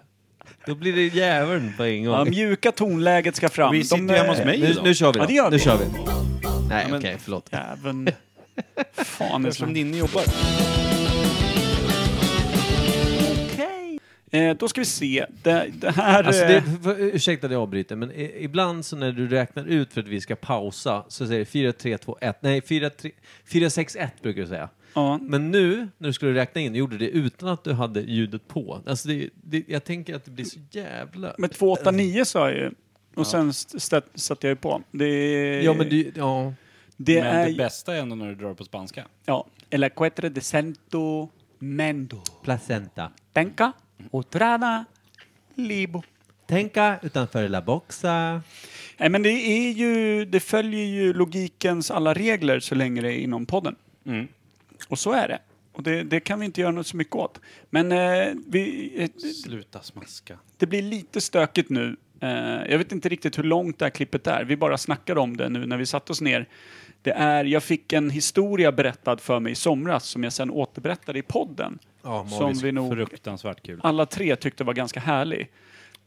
S1: Då blir det djävulen på en
S2: Ja,
S1: gång.
S2: mjuka tonläget ska fram.
S3: Vi
S2: De
S3: sitter ju
S2: är-
S3: hemma hos mig
S1: Nu,
S3: idag.
S1: nu kör vi då.
S2: Ja, det gör
S1: nu
S2: vi.
S1: kör vi. Nej, okej, förlåt.
S2: Jäveln. Fan, det är så
S3: Eftersom Ninni jobbar.
S2: Eh, då ska vi se. Det, det här...
S1: Alltså
S2: eh,
S1: det, för, ursäkta att jag avbryter, men i- ibland så när du räknar ut för att vi ska pausa så säger det 4, 3, 2, 1. Nej, 4, 3, 4 6, 1 brukar du säga.
S2: ja.
S1: Men nu, när du skulle räkna in, gjorde du det utan att du hade ljudet på. Alltså det, det, jag tänker att det blir så jävla...
S2: Men 289 sa jag ju. Och sen st- st- satte jag ju på. Det,
S1: ja, men du, ja.
S2: det
S3: men
S2: är...
S3: det bästa är ändå när du drar på spanska.
S2: ja. Eller quatre de cento mendo.
S1: Placenta.
S2: Tänka, otrada, libo.
S1: Tänka utanför la boxa.
S2: Nej, men det är ju... Det följer ju logikens alla regler så länge det är inom podden. Och så är det. Och det, det kan vi inte göra något så mycket åt. Men eh, vi, eh,
S3: Sluta smaska.
S2: Det blir lite stökigt nu. Eh, jag vet inte riktigt hur långt det här klippet är. Vi bara snackade om det nu när vi satte oss ner. Det är, jag fick en historia berättad för mig i somras som jag sen återberättade i podden.
S1: Ja,
S2: som
S1: magisk.
S2: vi nog
S3: Fruktansvärt kul.
S2: alla tre tyckte var ganska härlig.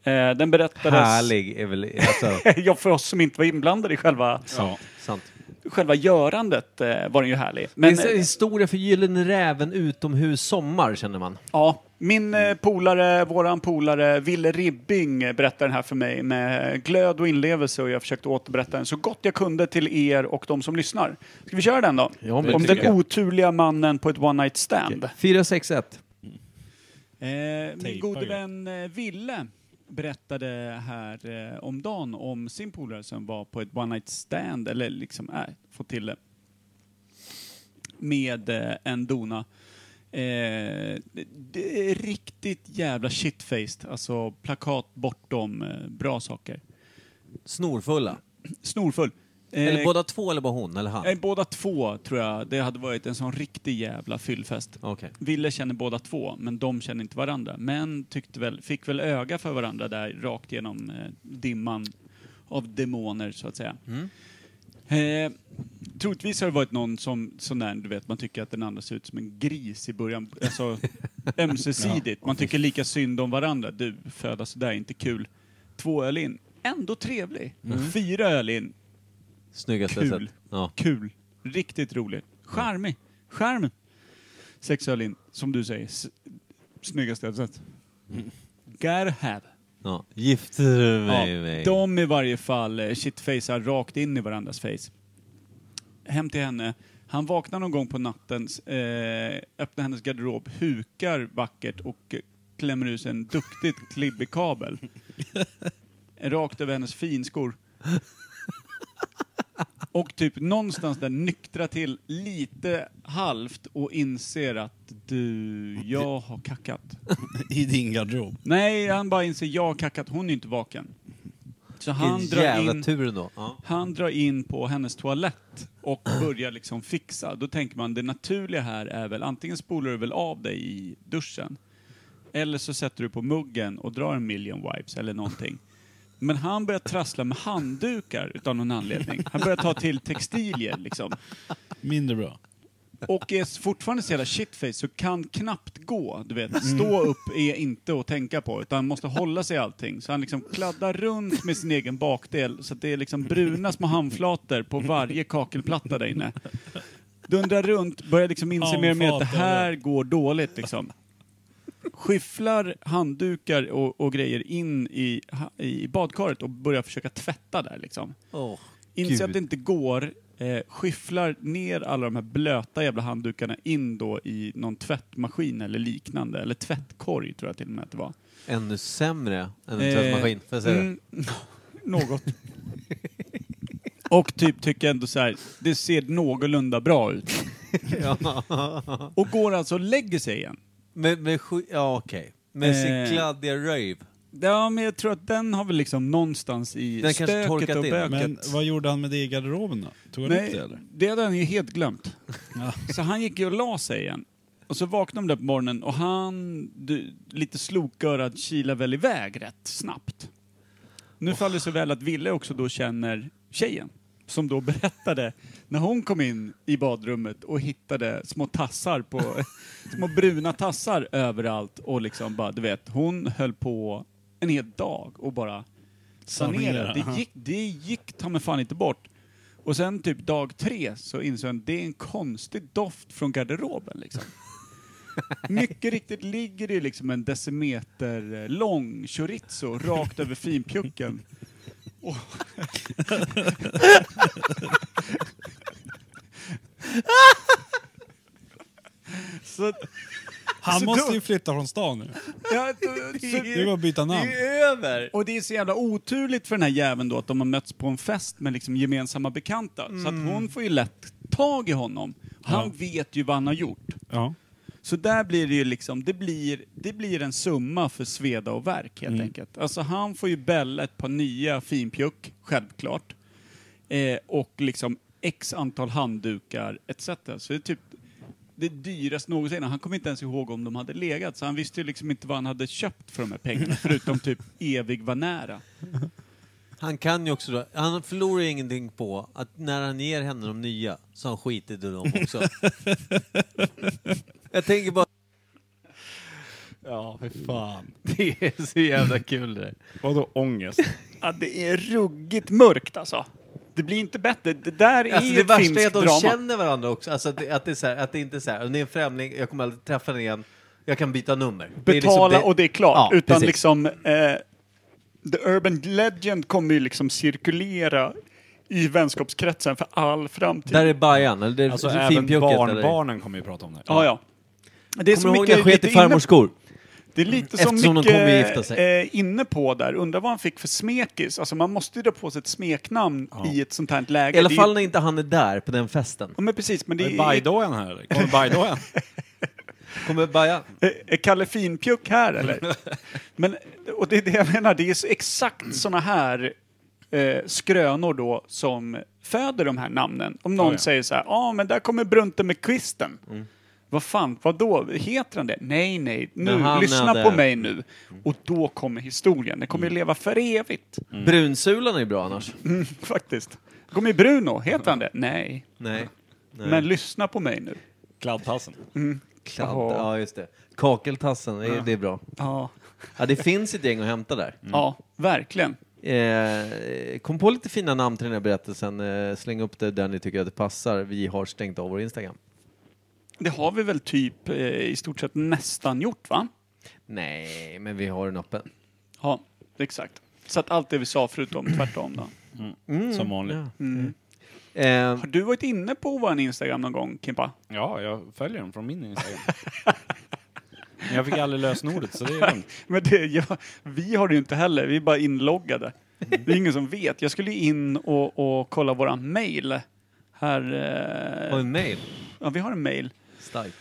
S2: Eh, den berättades...
S1: Härlig är väl... Alltså,
S2: ja, för oss som inte var inblandade i själva,
S3: Ja.
S1: sant.
S2: själva görandet eh, var den ju härlig. Men,
S1: det är en historia för Gyllene Räven utomhus sommar, känner man.
S2: Ja, min eh, polare, våran polare, Ville Ribbing eh, berättade den här för mig med glöd och inlevelse och jag försökte återberätta den så gott jag kunde till er och de som lyssnar. Ska vi köra den då?
S1: Ja, men
S2: Om
S1: det
S2: den
S1: tycker jag.
S2: oturliga mannen på ett one night stand.
S1: 461.
S2: Eh, min
S3: Tejpa
S2: gode
S3: grejer.
S2: vän eh, Ville berättade här eh, om dagen om sin polare som var på ett one night stand, eller liksom är, fått till det. Med eh, en dona. Eh, det- det är riktigt jävla shitfaced, alltså plakat bortom eh, bra saker.
S1: Snorfulla.
S2: Snorfull. Eh,
S1: Eller båda två, eller bara hon, eller han?
S2: eh, båda två tror jag, det hade varit en sån riktig jävla fyllfest.
S1: Okej.
S2: Ville känner båda två, men de känner inte varandra. Men tyckte väl, fick väl öga för varandra där rakt genom eh, dimman av demoner, så att säga. Eh, troligtvis har det varit någon som, sån där, du vet, man tycker att den andra ser ut som en gris i början. Alltså ömsesidigt. Man tycker lika synd om varandra. Du, föda sådär, inte kul. Två öl in. Ändå trevlig. Fyra öl in.
S1: Snyggaste
S2: Kul.
S1: sätt. Ja.
S2: Kul. Riktigt rolig. Charmig. Charm. Sexuell in, som du säger. S- snyggaste jag har sett. Gotta have.
S1: Ja. Gifter du mig med
S2: Ja,
S1: mig?
S2: de i varje fall eh, shitfacear rakt in i varandras face. Hem till henne. Han vaknar någon gång på natten, eh, öppnar hennes garderob, hukar vackert och eh, klämmer ut sig en duktigt klibbig kabel. Rakt över hennes finskor. Och typ någonstans där nyktra till lite halvt och inser att du, jag har kackat.
S6: I din garderob.
S2: Nej, han bara inser jag har kackat, hon är inte vaken. Så han
S1: Han
S2: drar,
S1: jävla
S2: in,
S1: tur ändå. Ja.
S2: han drar in på hennes toalett och börjar liksom fixa. Då tänker man det naturliga här är väl antingen spolar du väl av dig i duschen eller så sätter du på muggen och drar en million wipes eller någonting. Men han börjar trassla med handdukar utan någon anledning. Han börjar ta till textilier liksom
S6: Mindre bra.
S2: och är fortfarande så jävla shitface så kan knappt gå. Du vet, stå upp är inte att tänka på utan måste hålla sig i allting. Så han liksom kladdar runt med sin egen bakdel så att det är liksom bruna små handflator på varje kakelplatta där inne. Dundrar runt, börjar liksom inse mer och mer att det här går dåligt liksom. Skyfflar handdukar och, och grejer in i, ha- i badkaret och börjar försöka tvätta där liksom.
S1: Åh,
S2: Inser att
S1: Gud.
S2: det inte går, eh, skyfflar ner alla de här blöta jävla handdukarna in då i någon tvättmaskin eller liknande, eller tvättkorg tror jag till och med att det var.
S1: Ännu sämre än en
S2: Eh,
S1: tvättmaskin. Får jag säga det?
S2: Mm, något. Och typ tycker ändå så här, det ser någorlunda bra ut. Och går alltså och lägger sig igen.
S1: Med, med sju- ja okej. Med
S2: Eh,
S1: sin kladdiga röv.
S2: Ja, men jag tror att den har väl liksom någonstans i
S1: Den kanske
S2: stöket
S1: torkat
S2: och
S1: in.
S2: böket.
S6: Men vad gjorde han med det i garderoben då? Tog han upp
S2: Nej,
S6: det eller?
S2: det hade han ju helt glömt. Så han gick ju och la sig igen. Och så vaknade de där på morgonen och han, du, lite slokörad, kilar väl iväg rätt snabbt. Nu faller det så väl att Ville också då känner tjejen. Som då berättade när hon kom in i badrummet och hittade små tassar på, små bruna tassar överallt och liksom bara, du vet, hon höll på en hel dag och bara sanera.
S6: Sanera,
S2: Det
S6: aha.
S2: gick, det gick ta mig fan inte bort. Och sen typ dag tre så insåg han det är en konstig doft från garderoben liksom. Mycket riktigt ligger det liksom en decimeter eh, lång chorizo rakt över finpjucken. Och- Så, att-
S6: Han
S2: Så
S6: måste
S2: då-
S6: ju flytta från stan nu.
S2: ja, så,
S6: Det är bara att byta namn.
S1: över!
S2: och det är så jävla oturligt för den här jäveln då att de har mötts på en fest med liksom gemensamma bekanta. Så att hon får ju lätt tag i honom. Han vet ju vad han har gjort.
S6: Ja.
S2: Så där blir det ju liksom, det blir, det blir en summa för sveda och verk helt enkelt. Alltså han får ju bälla ett par nya finpjuck, självklart. Eh, och liksom x antal handdukar etc. Så det är typ det dyraste någonsin. Han kommer inte ens ihåg om de hade legat, så han visste ju liksom inte vad han hade köpt för de här pengarna, förutom typ evig var nära.
S1: Han kan ju också då, han förlorar ju ingenting på att när han ger henne de nya så har han skitit i dem också. jag tänker bara...
S3: Ja, för fan.
S1: Det är så jävla kul det där.
S3: Vadå ångest?
S2: Ja, det är ruggigt mörkt alltså. Det blir inte bättre. Det där är
S1: Alltså det värsta är att de känner varandra också. Alltså att det, att det, är så här, att det inte är så här, "Ni är en främling, jag kommer aldrig träffa henne igen, jag kan byta nummer. Det är liksom
S2: betala och det är klart.
S1: Ja,
S2: utan
S1: precis.
S2: liksom, eh, the urban legend kommer ju liksom cirkulera i vänskapskretsen för all framtid.
S1: Där är Bajan, eller det är
S3: Alltså
S1: alltså,
S3: även
S1: finpjucket. eller-
S3: barnbarnen kommer ju prata om det.
S2: ja, ja. Det är så
S1: Kommer du ihåg när
S2: mycket,
S1: jag sket
S2: lite
S1: i farmors
S2: inne,
S1: skor?
S2: det är lite som
S1: Eftersom de
S2: mycket
S1: kommer att gifta sig.
S2: Eh, inne på där. Undrar vad han fick för smekis. Alltså man måste ju dra på sig ett smeknamn i ett sånt här läge.
S1: I alla
S2: Det är
S1: fall
S2: Ju,
S1: när inte han är där på den festen.
S2: ja, men precis, men det
S3: Är
S2: är,
S3: Bajdojan här eller? Kommer Bajdojan?
S1: Kommer Bajan?
S2: Eh, Är- Är Kalle Finpjuck här eller? Men, och det är det jag menar, det är så exakt såna här eh, skrönor då som föder de här namnen. Om någon
S3: ja.
S2: säger så här, ja ah, men där kommer Brunte med kvisten. Vad fan, vad då? Heter han det? Nej, nej,
S1: Men
S2: nu,
S1: han
S2: lyssna
S1: hade-
S2: på mig nu. Och då kommer historien, den kommer ju leva för evigt.
S1: Brunsulan är ju bra annars.
S2: Mm, faktiskt. Då kommer ju Bruno, heter han det? Nej.
S1: Nej. Nej.
S2: Men lyssna på mig nu.
S3: Kladdtassen.
S1: Kladd.
S2: Jaha.
S1: Ja, just det. Kakeltassen, det är, det är bra.
S2: Ja,
S1: Ja, det finns ett gäng att hämta där.
S2: ja verkligen.
S1: Eh, kom på lite fina namn till den här berättelsen. Eh, släng upp det där ni tycker att det passar. Vi har stängt av vår Instagram.
S2: Det har vi väl typ eh, i stort sett nästan gjort, va?
S1: Nej, men vi har den öppen.
S2: Ja, exakt. Så att allt det vi sa förutom tvärtom då.
S3: Som vanligt.
S1: Mm. Ja. Eh,
S2: Har du varit inne på vår Instagram någon gång, Kimpa?
S3: Ja, jag följer dem från min Instagram. Men jag fick aldrig lösenordet så det är lugnt.
S2: Men det, ja, vi har det ju inte heller, vi är bara inloggade. Det är ingen som vet. Jag skulle ju in och, och kolla våra mail. Här...
S1: Och
S2: Eh,
S1: en mail.
S2: ja, vi har en mail.
S1: Starkt.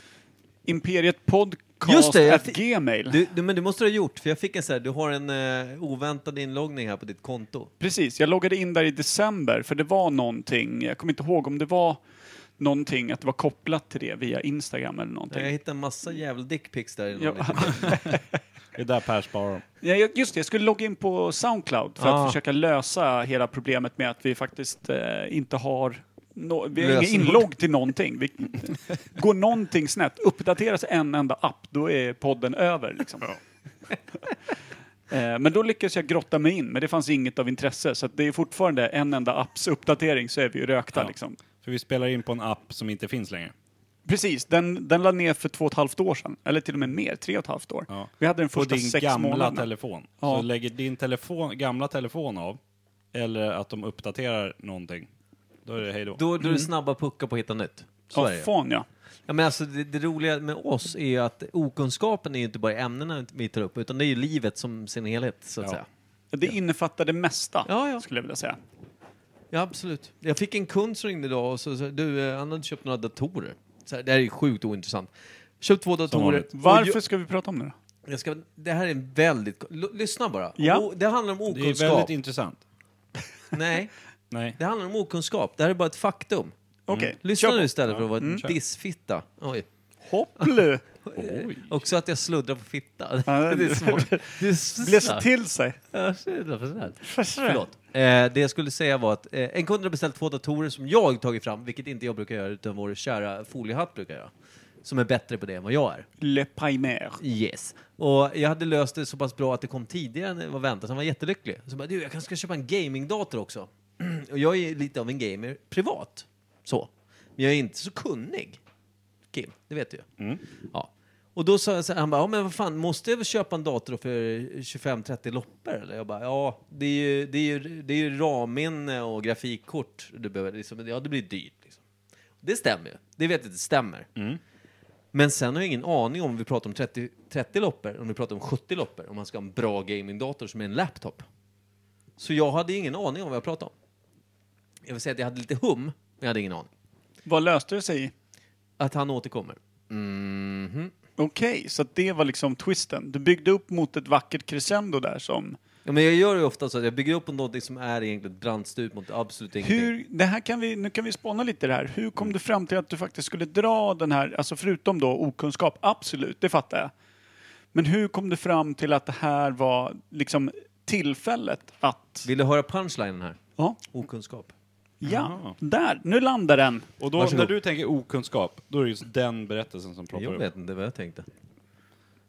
S2: Imperiet
S1: Just
S2: podcast
S1: det, jag
S2: at
S1: fi-
S2: gmail.
S1: Du, du, men du måste du ha gjort, för jag fick en så här, du har en eh, oväntad inloggning här på ditt konto.
S2: Precis, jag loggade in där i december för det var någonting, jag kommer inte ihåg om det var någonting att det var kopplat till det via Instagram eller någonting.
S1: Jag hittade en massa jävla dickpics där. Liksom. i någon
S2: Jag,
S1: liten-
S3: Det är där Per sparar dem.
S2: Ja, jag- just det, jag skulle logga in på Soundcloud för
S1: Ah.
S2: att försöka lösa hela problemet med att vi faktiskt eh, inte har nå- vi har
S1: Lösenord.
S2: ingen inlogg till någonting. Vi, går någonting snett, uppdateras en enda app, då är podden över. Liksom. Eh, Men då lyckades jag grotta mig in, men det fanns inget av intresse. Så att det är fortfarande en enda apps uppdatering så är vi ju rökta.
S3: Ja.
S2: Liksom.
S3: För vi spelar in på en app som inte finns längre.
S2: Precis, den, den la ner för två och ett halvt år sedan. Eller till och med mer, tre och ett halvt år.
S3: Ja.
S2: Vi hade den
S3: På
S2: första
S3: din
S2: sex
S3: gamla
S2: månaderna.
S3: telefon.
S2: Ja.
S3: Så lägger din telefon, gamla telefon av, eller att de uppdaterar någonting, då är det hej då.
S1: Då, då är det snabba puckar på att hitta nytt. Så
S2: Ja,
S1: är det.
S2: fan ja.
S1: Ja, men alltså, det, det roliga med oss är ju att okunskapen är ju inte bara ämnena vi tar upp, utan det är ju livet som sin helhet, så att
S3: Ja.
S1: säga.
S2: Det innefattar det mesta,
S1: Ja, ja.
S2: skulle jag vilja säga.
S1: Ja, absolut. Jag fick en kund som ringde idag och så sa du, eh, han hade köpt några datorer. Så här, det här är ju sjukt ointressant. Köpt två datorer.
S3: vanligt.
S1: Och
S2: Varför
S1: Jag,
S2: ska vi prata om det då?
S1: jag ska, det här är en väldigt... l- Lyssna bara.
S2: Ja.
S1: O, det handlar om
S3: det är
S1: okunskap.
S3: väldigt intressant.
S1: Nej,
S3: Nej.
S1: det handlar om okunskap. Det här är bara ett faktum.
S2: Okej,
S1: Lyssna
S2: kör
S1: nu
S2: på. Mm.
S1: istället för att vara en
S3: Kör.
S1: dissfitta. Oj.
S2: Hopplu!
S3: Oj.
S1: Också att jag sluddrar på fitta.
S2: Ja,
S1: det är svårt. Det är
S2: Blåser till sig.
S1: Ja, 100%. Förlåt. Eh, det jag skulle säga var att eh, en kund har beställt två datorer som jag tagit fram, vilket inte jag brukar göra utan vår kära foliehatt brukar göra. Som är bättre på det än vad jag är.
S2: Le Paimer.
S1: Yes. Och jag hade löst det så pass bra att det kom tidigare än vad väntat. så Han var jättelycklig. Så jag bara, du, jag kanske ska köpa en gamingdator också. Och jag är lite av en gamer privat. Så. Men jag är inte så kunnig. Kim, det vet du ju. Ja. Och då sa jag så här, han bara, ja men vad fan, måste jag väl köpa en dator för 25-30 loppor eller? Jag bara, ja det är ju, det är ju, det är ju ramminne och grafikkort du behöver, liksom, ja det blir dyrt. Liksom. Det stämmer ju, det vet jag att det stämmer. Men sen har jag ingen aning om vi pratar om 30, 30 loppor, om vi pratar om 70 loppor, om man ska ha en bra gamingdator som är en laptop. Så jag hade ingen aning om vad jag pratade om. Jag vill säga att jag hade lite hum, men jag hade ingen aning.
S2: Vad löste det sig i?
S1: Att han återkommer. Mhm.
S2: Okej, så att det var liksom twisten. Du byggde upp mot ett vackert crescendo där som...
S1: Ja, men jag gör ju ofta så att jag bygger upp något som är egentligen ett brandstup mot absolut ingenting.
S2: Hur, det här kan vi, nu kan vi spåna lite i det här. Hur kom du fram till att du faktiskt skulle dra den här, alltså förutom då okunskap, absolut, det fattar jag. Men hur kom du fram till att det här var liksom tillfället att...
S1: Vill du höra punchlinen här?
S2: Ja,
S1: Okunskap.
S2: ja där, nu landar den.
S3: Och då
S1: Varsågod.
S3: när du tänker okunskap, då är det just den berättelsen som ploppar
S1: Jag
S3: upp.
S1: vet inte vad jag tänkte.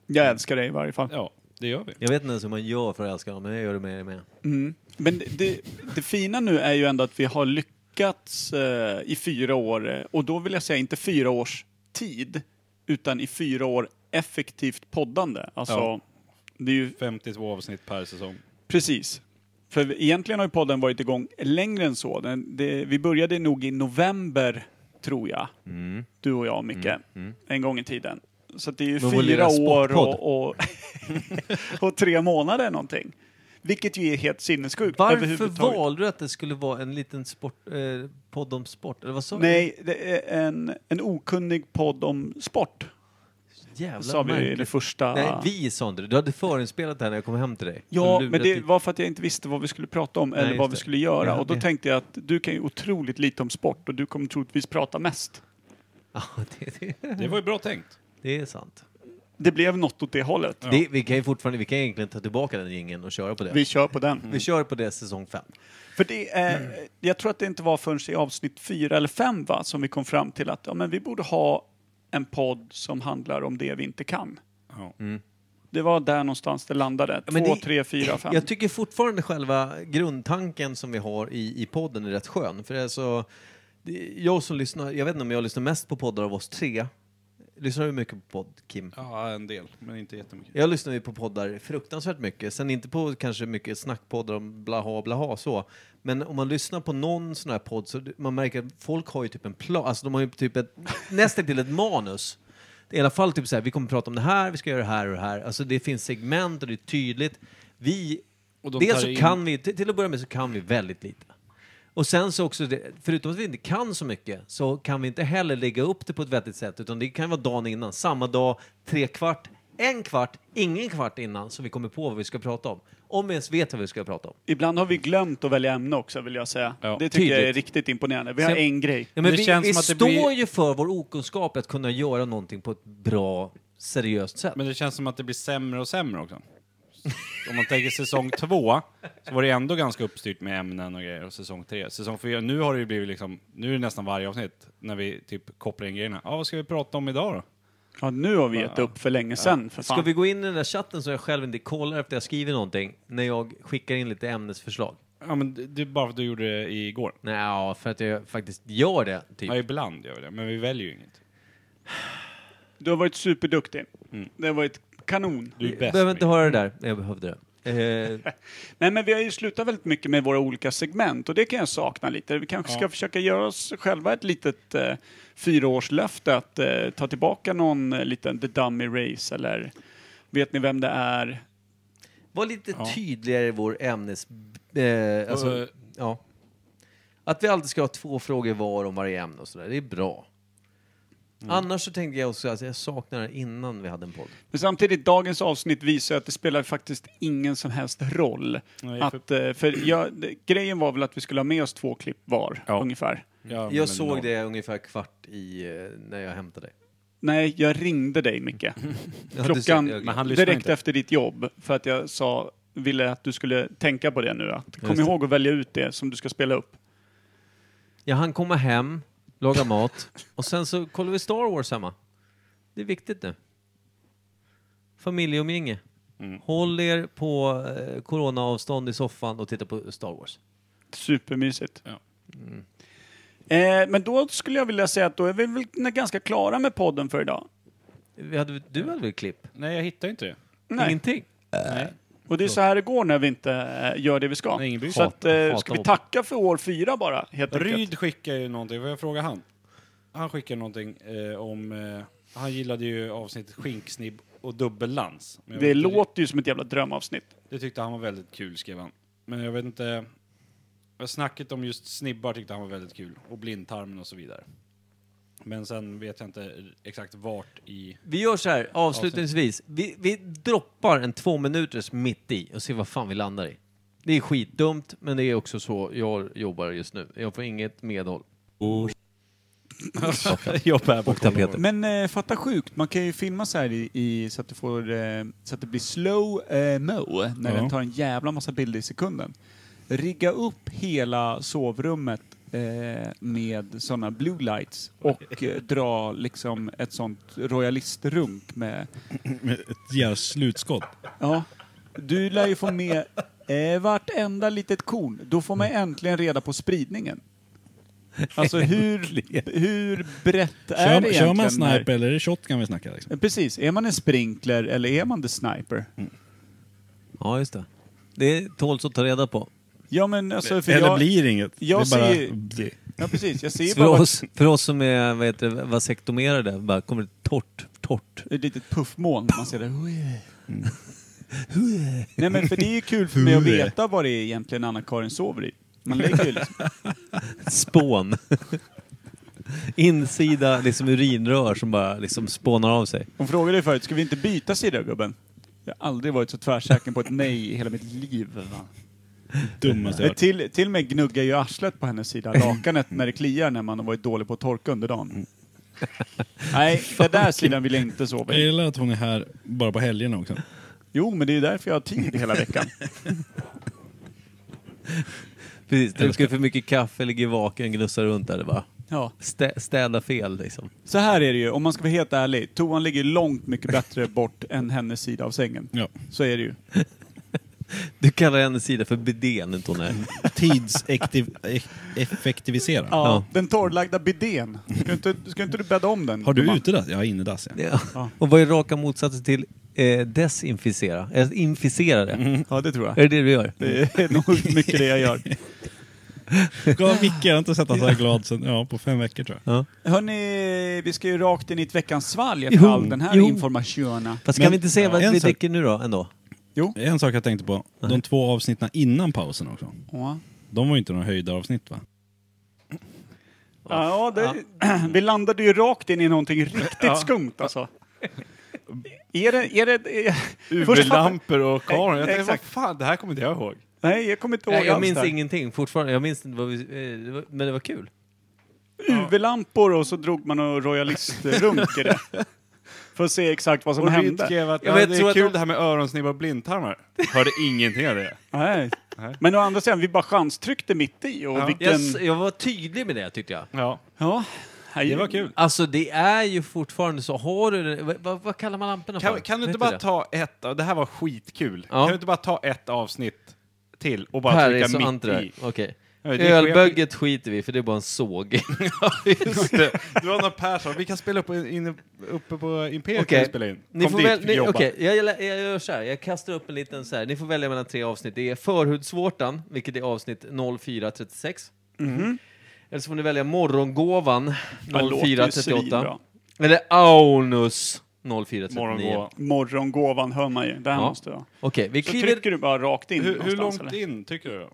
S2: Jag älskar dig i varje fall.
S3: Ja, det gör vi.
S1: Jag vet inte ens hur man gör för att älska honom, men jag gör det med er med.
S2: Mm. Men det- det, det fina nu är ju ändå att vi har lyckats eh, i fyra år, eh, och då vill jag säga inte fyra års tid, utan i fyra år effektivt poddande. Alltså,
S3: Ja.
S2: det är ju
S3: 52 avsnitt per säsong.
S2: precis. För vi- egentligen har ju podden varit igång längre än så. Den, det, vi började nog i november, tror jag,
S1: Mm.
S2: du och jag Micke, en gång i tiden. Så att det är ju
S1: Men vår
S2: fyra
S1: lilla
S2: år
S1: sportpodd.
S2: och, och, och tre månader någonting. Vilket ju är helt sinnessjukt.
S1: Varför
S2: överhuvudtaget.
S1: valde du att det skulle vara en liten sport, eh, podd om sport? Eller vad sa du?
S2: Nej, det är en, en okunnig podd om sport.
S1: Jävla
S2: sa vi i
S1: märkligt.
S2: det första...
S1: Nej, vi sa inte det. Du hade förinspelat det här när jag kom hem till dig.
S2: Ja,
S1: Du
S2: men
S1: lurade
S2: det
S1: i-
S2: var för att jag inte visste vad vi skulle prata om eller
S1: typ. just
S2: vad vi
S1: det.
S2: skulle göra.
S1: Ja,
S2: och då
S1: det-
S2: tänkte jag att du kan ju otroligt lite om sport och du kommer troligtvis prata mest.
S1: Ja, det, det,
S3: Det var ju bra tänkt.
S1: det är sant.
S2: Det blev något åt det hållet.
S1: Det, vi kan ju fortfarande, vi kan egentligen ta tillbaka den ingen och köra på det. Vi,
S2: Vi kör på den.
S1: kör på det säsong fem.
S2: Mm. För det är, jag tror att det inte var förrän i avsnitt fyra eller fem va, som vi kom fram till att ja, men vi borde ha en podd som handlar om det vi inte kan.
S3: Ja.
S2: Det var där någonstans det landade.
S1: Mm. men
S2: Två,
S1: det-
S2: tre, fyra, fem.
S1: Jag tycker fortfarande själva grundtanken som vi har i, i podden är rätt skön. För det är så, det, jag som lyssnar, jag vet inte om jag lyssnar mest på poddar av oss tre. Lyssnar du mycket på podd, Kim?
S3: ja, en del, men inte jättemycket.
S1: Jag lyssnar ju på poddar fruktansvärt mycket. Sen inte på kanske mycket snackpoddar om blaha blaha så. Men om man lyssnar på någon sån här podd så d- man märker att folk har ju typ en plan. Alltså de har ju typ ett, nästan till ett manus. I alla fall typ så här, vi kommer prata om det här, vi ska göra det här och det här. Alltså det finns segment och det är tydligt. Vi
S3: Och de
S1: Dels
S3: tar
S1: så
S3: in-
S1: kan vi, till till att börja med så kan vi väldigt lite. Och sen så också, det, förutom att vi inte kan så mycket, så kan vi inte heller lägga upp det på ett vettigt sätt, utan det kan vara dagen innan, samma dag, tre kvart, en kvart, ingen kvart innan, som vi kommer på vad vi ska prata om. Om vi ens vet vad vi ska prata om.
S2: Ibland har vi glömt att välja ämne också, vill jag säga.
S3: Ja.
S2: det tycker jag är
S1: Tydligt.
S2: riktigt imponerande. Vi har
S1: Sen-
S2: en grej.
S1: Ja, men
S3: Det
S1: vi
S3: känns
S1: vi
S3: som att det
S1: står
S3: blir-
S1: ju för vår okunskap att kunna göra någonting på ett bra, seriöst sätt.
S3: Men det känns som att det blir sämre och sämre också. Om man tänker säsong två så var det ändå ganska uppstyrt med ämnen och grejer och säsong tre. Säsong fyra, nu har det ju blivit liksom, nu är det nästan varje avsnitt när vi typ kopplar in grejerna. Ja, vad ska vi prata om idag då?
S2: Ja, nu har vi gett upp för länge sedan, för fan.
S1: Ska vi gå in i den där chatten så jag själv inte kollar efter jag skriver någonting, när jag skickar in lite ämnesförslag?
S3: Ja men det, det är bara för att du gjorde det igår.
S1: Nej, för att jag faktiskt gör det, typ.
S3: Ja, ibland gör vi det, men vi väljer ju inget.
S2: Du har varit superduktig. Det har varit kanon.
S3: Mm. Du är bäst.
S1: behöver inte
S3: Micke.
S1: höra det där. Jag behövde det. Eh,
S2: Nej, men vi har ju slutat väldigt mycket med våra olika segment och det kan jag sakna lite. Vi kanske ska försöka göra oss själva ett litet eh, fyraårslöfte att eh, ta tillbaka någon eh, liten The Dummy Race eller Vet ni vem det är?
S1: var lite tydligare i vår ämnes... Eh, alltså,
S3: Eh.
S1: ja. Att vi alltid ska ha två frågor var om varje ämne och sådär, det är bra.
S3: Mm.
S1: Annars så tänkte jag också att jag saknar det innan vi hade en podd.
S2: Men samtidigt, dagens avsnitt visar att det spelar faktiskt ingen som helst roll.
S3: Nej, för-
S2: att, eh, för jag, det- grejen var väl att vi skulle ha med oss två klipp var,
S3: Ja.
S2: ungefär.
S3: Ja, men
S1: Jag såg
S3: någon-
S1: det ungefär kvart i eh, när jag hämtade dig.
S2: Nej, jag ringde dig, Micke.
S3: Mm.
S1: Ja, du ser, jag
S2: Klockan
S1: glömde.
S3: Men han lyssnar
S2: direkt
S3: inte.
S2: efter ditt jobb, för att jag sa, ville att du skulle tänka på det nu. Att, kom
S1: Just det.
S2: ihåg att välja ut det som du ska spela upp.
S1: Jag hann komma hem, laga mat och sen så kollade vi Star Wars hemma. Det är viktigt nu. Familjeumgänge.
S3: Mm.
S1: Håll er på eh, coronaavstånd i soffan och titta på Star Wars.
S2: Supermysigt.
S3: Ja.
S2: Eh, men då skulle jag vilja säga att då är vi väl ganska klara med podden för idag.
S1: Vi hade, du hade väl klipp?
S3: Nej, jag hittar inte det.
S2: Nej.
S1: Ingenting?
S3: Nej.
S2: Och det är så här det går när vi inte eh, gör det vi ska.
S3: Nej, ingen bryr
S2: så
S3: sig.
S2: att, eh,
S1: Hata-
S2: ska
S1: hata
S2: vi tacka för år fyra bara, helt enkelt.
S3: Ryd skickar ju någonting, får jag fråga han? Han skickar någonting eh, om, eh, han gillade ju avsnittet skinksnibb och dubbellans. Men jag
S2: Det
S3: vet inte-
S2: låter ju som ett jävla drömavsnitt.
S3: Det tyckte han var väldigt kul, skrev han. Men jag vet inte... vad Snacket om just snibbar tyckte han var väldigt kul, och blindtarmen och så vidare. Men sen vet jag inte exakt vart i...
S1: Vi gör så här, avslutningsvis. Vi, vi droppar en två minuters mitt i och ser vad fan vi landar i. Det är skitdumt, men det är också så jag jobbar just nu. Jag får inget medhåll.
S3: Jobb här på
S1: tapeter.
S2: Men eh, fatta sjukt, man kan ju filma så här i, i, så, att det får, eh, så att det blir slow eh, mo när
S3: Ja.
S2: den tar en jävla massa bilder i sekunden. Rigga upp hela sovrummet eh, med sådana blue lights och eh, dra liksom ett sånt royalistrunk med...
S6: Med ett jävla slutskott.
S2: Ja, du lär ju få med eh, vartenda litet korn. Då får man äntligen reda på spridningen. Alltså hur, hur brett är det
S6: Kör,
S2: egentligen?
S6: kör man
S2: när-
S6: sniper eller är det shotgun vi snackar liksom?
S2: Eh, Precis, är man en sprinkler eller är man the sniper?
S1: Ja, just det. Det tåls att ta reda på.
S2: Ja men alltså för
S6: Eller
S2: jag...
S6: blir det inget?
S2: jag
S6: det är
S2: ser-
S6: bara... Det.
S2: Ja precis, jag ser
S1: För
S2: bara vad-
S1: oss, för oss som är vad heter, det, vasektomerade, bara kommer det torrt, torrt.
S2: ett litet puffmoln. Man ser det. Nej men för det är ju kul för mig att veta vad det är egentligen Anna-Karin sover i. Man lägger ju liksom...
S1: Spån. Insida liksom urinrör som bara liksom spånar av sig.
S2: Hon frågade ju förut, ska vi inte byta sida gubben? Jag har aldrig varit så tvärsäker på ett nej i hela mitt liv. Va?
S6: Dummaste jag
S2: Eh,
S6: hört.
S2: Till, till och med gnuggar ju arslet på hennes sida, lakanet, när det kliar när man har varit dålig på att torka under dagen. Nej, den där sidan vill jag inte sova
S6: Jag
S2: i.
S6: gillar att hon är här bara på helgerna också.
S2: Jo, men det är ju därför jag har tid hela veckan.
S1: Precis, dricker för mycket kaffe, ligger vaken, gnussar runt där. Det bara
S2: Ja.
S1: stä, städa fel liksom.
S2: Så här är det ju, om man ska vara helt ärlig. Toan ligger långt mycket bättre bort än hennes sida av sängen.
S6: Ja.
S2: Så är det ju.
S1: Du kallar hennes sida för bidén, inte hon är.
S6: Tidseffektivisera.
S2: Ja.
S1: Ja.
S2: Den torrlagda bidén. Ska inte, ska inte du bädda om den?
S6: Har du
S2: gumman?
S6: utedass? Jag har innedass ja.
S1: Ja.
S2: Ja.
S1: Och vad är raka motsatsen till eh, desinficera? Eller inficera det?
S2: Ja, det tror
S1: Är
S2: jag.
S1: det det du gör?
S2: Det är nog sjukt mycket det jag gör.
S6: Gav Micke, jag har inte sett honom så här glad sen, ja, på fem veckor tror jag.
S1: Ja.
S2: Hörni, vi ska ju rakt in i ett veckans svalg
S1: Jo,
S2: efter all den här
S1: jo.
S2: informationen.
S1: Fast kan
S6: Men-
S1: vi inte säga vad
S6: Ja.
S1: vi
S6: En sak-
S1: dricker nu då, ändå?
S2: Jo.
S6: En sak jag tänkte på, de två avsnitten innan pausen också.
S2: Ja,
S6: De var ju inte några höjda avsnitt va?
S2: ja det, vi landade ju rakt in i någonting riktigt skumt alltså. Är det... Är det är, först fatt-
S3: UV-lampor och kameror. Jag tänkte, vad
S2: Exakt.
S3: fan, det här kommer inte jag ihåg.
S2: nej, jag kommer inte ihåg
S1: Nej, jag
S2: alls
S1: minns
S2: där.
S1: ingenting fortfarande. Jag minns inte vad vi... eh, det var- Men det var kul.
S2: UV-lampor och så drog man och royalistrunk i det. För att se exakt vad som
S3: Och Reed
S2: hände.
S3: skrev att
S1: Jag
S3: "Ja,
S1: vet,
S3: det
S1: tror
S3: är
S1: att
S3: kul
S1: de-
S3: det här med öronsnibbar och blindtarmar. Hörde ingenting av det.
S2: Nej. Men å andra sidan, vi bara chanstryckte mitt i. Och vilken...
S1: Jag, s- jag var tydlig med det tyckte jag.
S3: Ja,
S2: Ja, hej.
S3: det var kul.
S1: Alltså det är ju fortfarande så. Har du det? Vad, vad, vad kallar man lamporna för?
S3: Kan, kan du inte
S1: Vet
S3: bara
S1: det?
S3: ta ett, av- det här var skitkul.
S1: Ja.
S3: Kan du inte bara ta ett avsnitt till och bara
S1: Här är så
S3: trycka mitt
S1: antre.
S3: i?
S1: Okej.
S3: Ja, det är
S1: Ölbögget skiter vi för det är bara en såg.
S3: Just det. Du har någon Persson, vi kan spela upp inne, uppe på Imperiet. kan
S1: Okej.
S3: vi Spela in.
S1: Ni
S3: Kom
S1: får
S3: dit,
S1: väl,
S3: vi
S1: ni,
S3: jobbar.
S1: okej, jag, jag, jag gör så här. Jag kastar upp en liten så här. Ni får välja mellan tre avsnitt. Det är förhudsvårtan, vilket är avsnitt 0436.
S3: Mhm.
S1: Eller så får ni välja morgongåvan
S2: Det låter ju
S1: 0438.
S2: svinbra.
S1: Eller Aunus 0439.
S3: Morgongåva.
S2: Morgongåvan hör man ju. Där
S1: Ja.
S2: måste jag.
S1: Okej, vi
S2: Så
S1: kliver...
S2: trycker du bara rakt in
S3: Hur, hur
S2: någonstans,
S3: långt
S2: eller?
S3: in tycker du?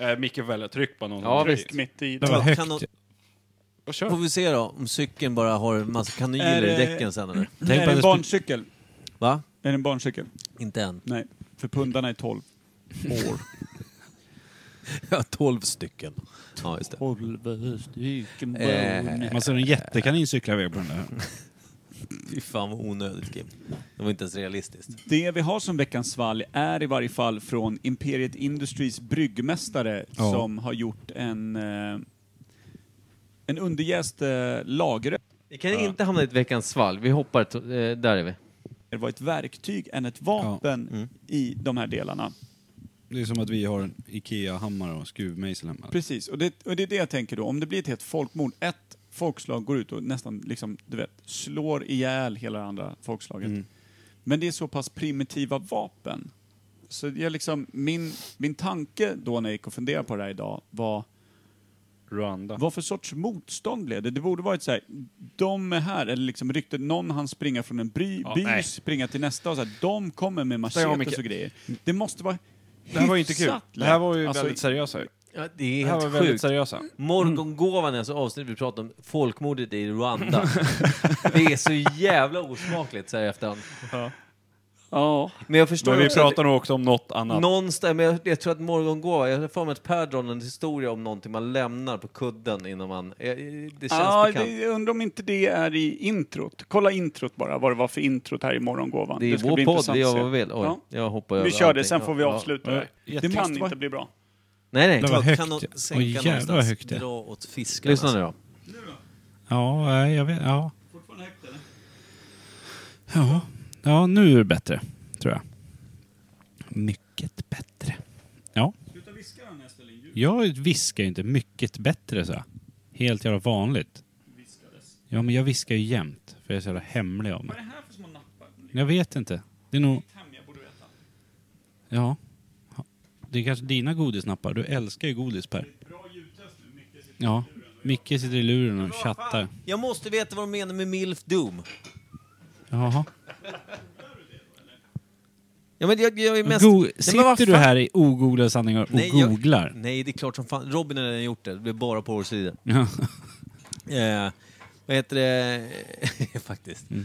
S3: Äh, Micke väljer, tryck på någon.
S1: Ja,
S3: Tryck.
S1: visst.
S2: Tryck mitt i.
S6: Det var högt.
S1: Kan någon-
S3: Och kör.
S1: Får vi se då om cykeln bara har en massa kanyler i
S2: Är det-
S1: däcken sen eller?
S2: Är det
S6: på
S2: en
S6: det-
S2: barncykel?
S1: Va?
S2: Är det en barncykel?
S1: Inte än.
S2: Nej, för pundarna är 12 år.
S1: Ja, 12 stycken. Ja, just det.
S2: 12 stycken
S1: Eh.
S6: Man ser en jättekanin cykla iväg på den där.
S1: Fy fan vad onödigt Kim. Det var inte ens realistiskt.
S2: Det vi har som veckans svalg är i varje fall från Imperiet Industries bryggmästare
S6: Ja.
S2: som har gjort en, eh, en underjäst eh, lager.
S1: Vi kan inte hamna i ett veckans svalg. Vi hoppar... to- eh, där är vi.
S2: Det var ett verktyg än ett vapen i de här delarna.
S6: Det är som att vi har en Ikea-hammare och skruvmejsel hemma.
S2: Precis, och det, och det är det jag tänker då. Om det blir ett helt folkmord, ett folkslag går ut och nästan liksom, du vet, slår ihjäl hela det andra folkslaget. Men det är så pass primitiva vapen. Så jag liksom, min, min tanke då när jag gick och funderade på det här idag var,
S3: Rwanda.
S2: vad för sorts motstånd blev det? Det borde varit så här, de är här, eller liksom ryktet, någon han springa från en bry,
S3: Ja,
S2: by,
S3: nej.
S2: springa till nästa och så här, de kommer med
S3: Stäng av,
S2: machetes och
S3: Micke.
S2: grejer. Det måste vara
S3: Det här var ju inte kul.
S2: hyfsat
S3: Det här var ju
S2: lätt. Alltså,
S3: väldigt seriösa. ju.
S1: Ja, det
S3: Det
S1: är
S3: här var
S1: helt
S3: väldigt
S1: sjukt.
S3: seriösa.
S1: Morgongåvan är alltså avsnitt vi pratar om folkmordet i Rwanda. det är så jävla osmakligt så här i efterhand.
S2: Ja.
S1: Men jag förstår
S3: Men vi
S1: också att-
S3: pratar nog också om något annat.
S1: Någonstans, men jag, jag tror att morgongåva, jag har för mig att Per drar en historia om någonting man lämnar på kudden innan man... eh, eh, Det känns
S2: Ja,
S1: bekant.
S2: det, jag undrar om inte det är i introt. Kolla introt bara, vad det var för introt här i morgongåvan.
S1: Det är
S2: ska
S1: vår
S2: bli
S1: podd,
S2: intressant
S1: det
S2: att
S1: gör
S2: se.
S1: vad vi vill. Oj,
S2: Ja.
S1: jag hoppar över
S2: Vi kör det,
S1: allting.
S2: sen får vi
S1: Ja, ja.
S2: avsluta
S3: Ja.
S2: det här. Det kan
S6: Jättekul.
S2: inte bli bra.
S1: Nej, nej.
S6: Det var högt.
S7: Kan de sänka
S6: Oj, jävlar vad
S7: någonstans?
S6: högt det är.
S7: Dra åt fiskarna.
S1: Lyssna nu då.
S6: Ja, nej, jag vet. Ja. Ja. ja, nu är det bättre, tror jag. Mycket bättre. Ja. Jag viskar ju inte mycket bättre, så. Helt jävla vanligt. Ja, men jag viskar ju jämt, för jag är så jävla hemlig av mig.
S2: är det här för små nappar?
S6: Jag vet inte. Det är nog... Ja. Ja. Det är kanske dina godisnappar. Du älskar ju godis, Per. Ja. Micke sitter i luren och chattar.
S1: Jag måste veta vad de menar med milf doom.
S6: Jaha.
S1: Ja, men jag, jag är mest...
S6: Go-
S1: Nej, men vad
S6: sitter du
S1: fan-
S6: här i ogooglade sanningar och
S1: Nej, jag-
S6: googlar?
S1: Nej, det är klart som fan. Robin har redan gjort det. Det blir bara på vår sida.
S6: Ja.
S1: Eh, vad heter det? Faktiskt. Eh,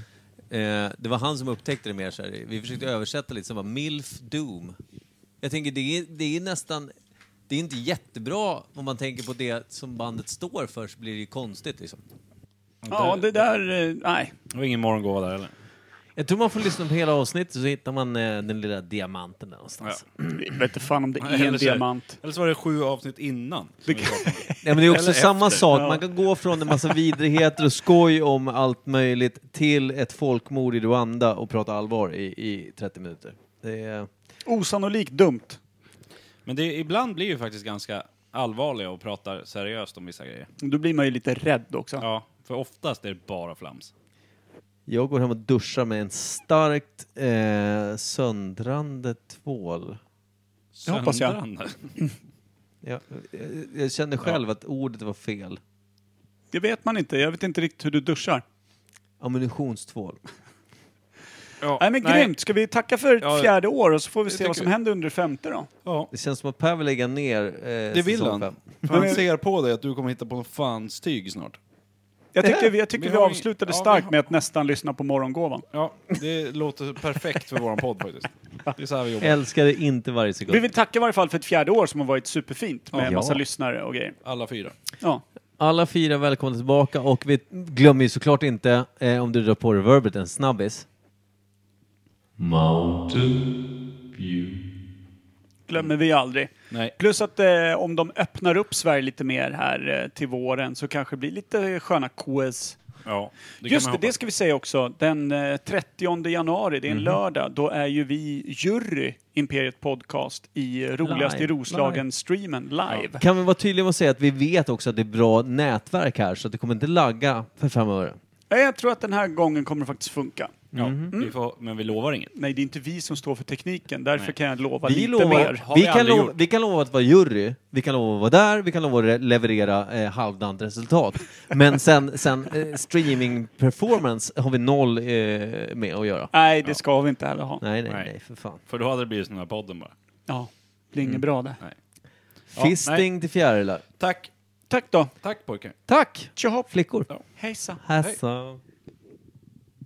S1: det var han som upptäckte det mer. Så här. Vi försökte översätta lite, som var milf doom. Jag tänker, det är, det är nästan... Det är inte jättebra om man tänker på det som bandet står för, så blir det ju konstigt liksom.
S2: Ja, det där... eh, Nej.
S3: Det var ingen morgongåva där eller?
S1: Jag tror man får lyssna på hela avsnittet så hittar man eh, den lilla diamanten där någonstans.
S2: Jag vet inte fan om det är en
S3: Eller så är det-
S2: diamant.
S3: Eller så var det sju avsnitt innan.
S1: Nej, men det är också
S3: Eller
S1: samma
S3: efter,
S1: sak.
S2: ja.
S1: Man kan gå från en massa vidrigheter och skoj om allt möjligt till ett folkmord i Rwanda och prata allvar i, i 30 minuter. Det är...
S2: Osannolikt dumt.
S3: Men det, ibland blir ju faktiskt ganska allvarliga och pratar seriöst om vissa grejer.
S2: Då blir man ju lite rädd också.
S3: Ja, för oftast är det bara flams.
S1: Jag går hem och duschar med en starkt eh, söndrande tvål.
S2: Det hoppas jag.
S3: Söndrande.
S1: Jag, jag, jag kände själv att ordet var fel.
S2: Det vet man inte. Jag vet inte riktigt hur du duschar.
S1: Ammunitionstvål.
S3: Ja,
S2: Nej men
S3: nej.
S2: grymt! Ska vi tacka för ett
S3: Ja,
S2: fjärde år och så får vi
S3: det
S2: se vad
S3: tycker
S2: som
S3: vi.
S2: händer under det femte då?
S3: Ja.
S1: Det känns som att Per vill lägga ner eh, Det
S3: vill han. Han ser på dig att du kommer hitta på en fans tyg snart.
S2: Jag tycker, vi- jag tycker
S3: Vi
S2: vi,
S3: har ing-
S2: avslutade
S3: ja, vi
S2: starkt
S3: har-
S2: med att nästan lyssna på Morgongåvan.
S3: Ja, det låter perfekt för våran podd faktiskt. Det är så här vi jobbar.
S1: Älskar det inte varje sekund.
S2: Vi vill tacka i varje fall för ett fjärde år som har varit superfint med en
S1: Ja.
S2: massa lyssnare och grejer.
S3: Alla fyra.
S2: Ja.
S1: Alla fyra välkomna tillbaka och vi glömmer ju såklart inte, eh, om du drar på reverbet, en snabbis.
S2: Glömmer vi aldrig.
S3: Nej.
S2: Plus att eh, om de öppnar upp Sverige lite mer här eh, till våren så kanske det blir lite sköna KS.
S3: Ja, det
S2: Just
S3: kan
S2: det,
S3: man
S2: det ska vi säga också. Den eh, 30 januari,
S3: Mhm.
S2: det är en lördag, då är ju vi jury Imperiet Podcast i Roligast i
S1: Live,
S2: Roslagen-streamen live.
S1: Kan vi vara tydliga med att säga att vi vet också att det är bra nätverk här så att det kommer inte lagga för fem öre.
S2: Ja. Jag tror att den här gången kommer det faktiskt funka.
S3: Ja, vi får, men vi lovar inget.
S2: Nej, det är inte vi som står för tekniken. Därför kan jag lova
S1: Vi,
S2: lite mer.
S1: lovar,
S3: Har
S1: vi,
S3: vi
S1: kan
S3: aldrig
S1: lova,
S3: gjort.
S1: vi kan lova att vara jury, vi kan lova att vara där, vi kan lova att re- leverera eh, halvdant resultat. Men sen, sen eh, streaming-performance har vi noll eh, med att göra.
S2: Nej, det ska vi inte heller ha.
S1: Nej, nej,
S3: Nej.
S1: nej, för fan.
S3: För då hade det blivit som den här podden bara.
S2: Ja, det blir inget
S3: Mm.
S2: bra det.
S3: Ja,
S1: Fisting till fjärilar.
S3: Tack.
S2: Tack då.
S3: Tack pojkar.
S1: Tack!
S2: Tjohopp.
S1: Flickor.
S2: Hejsan.
S1: Hassa.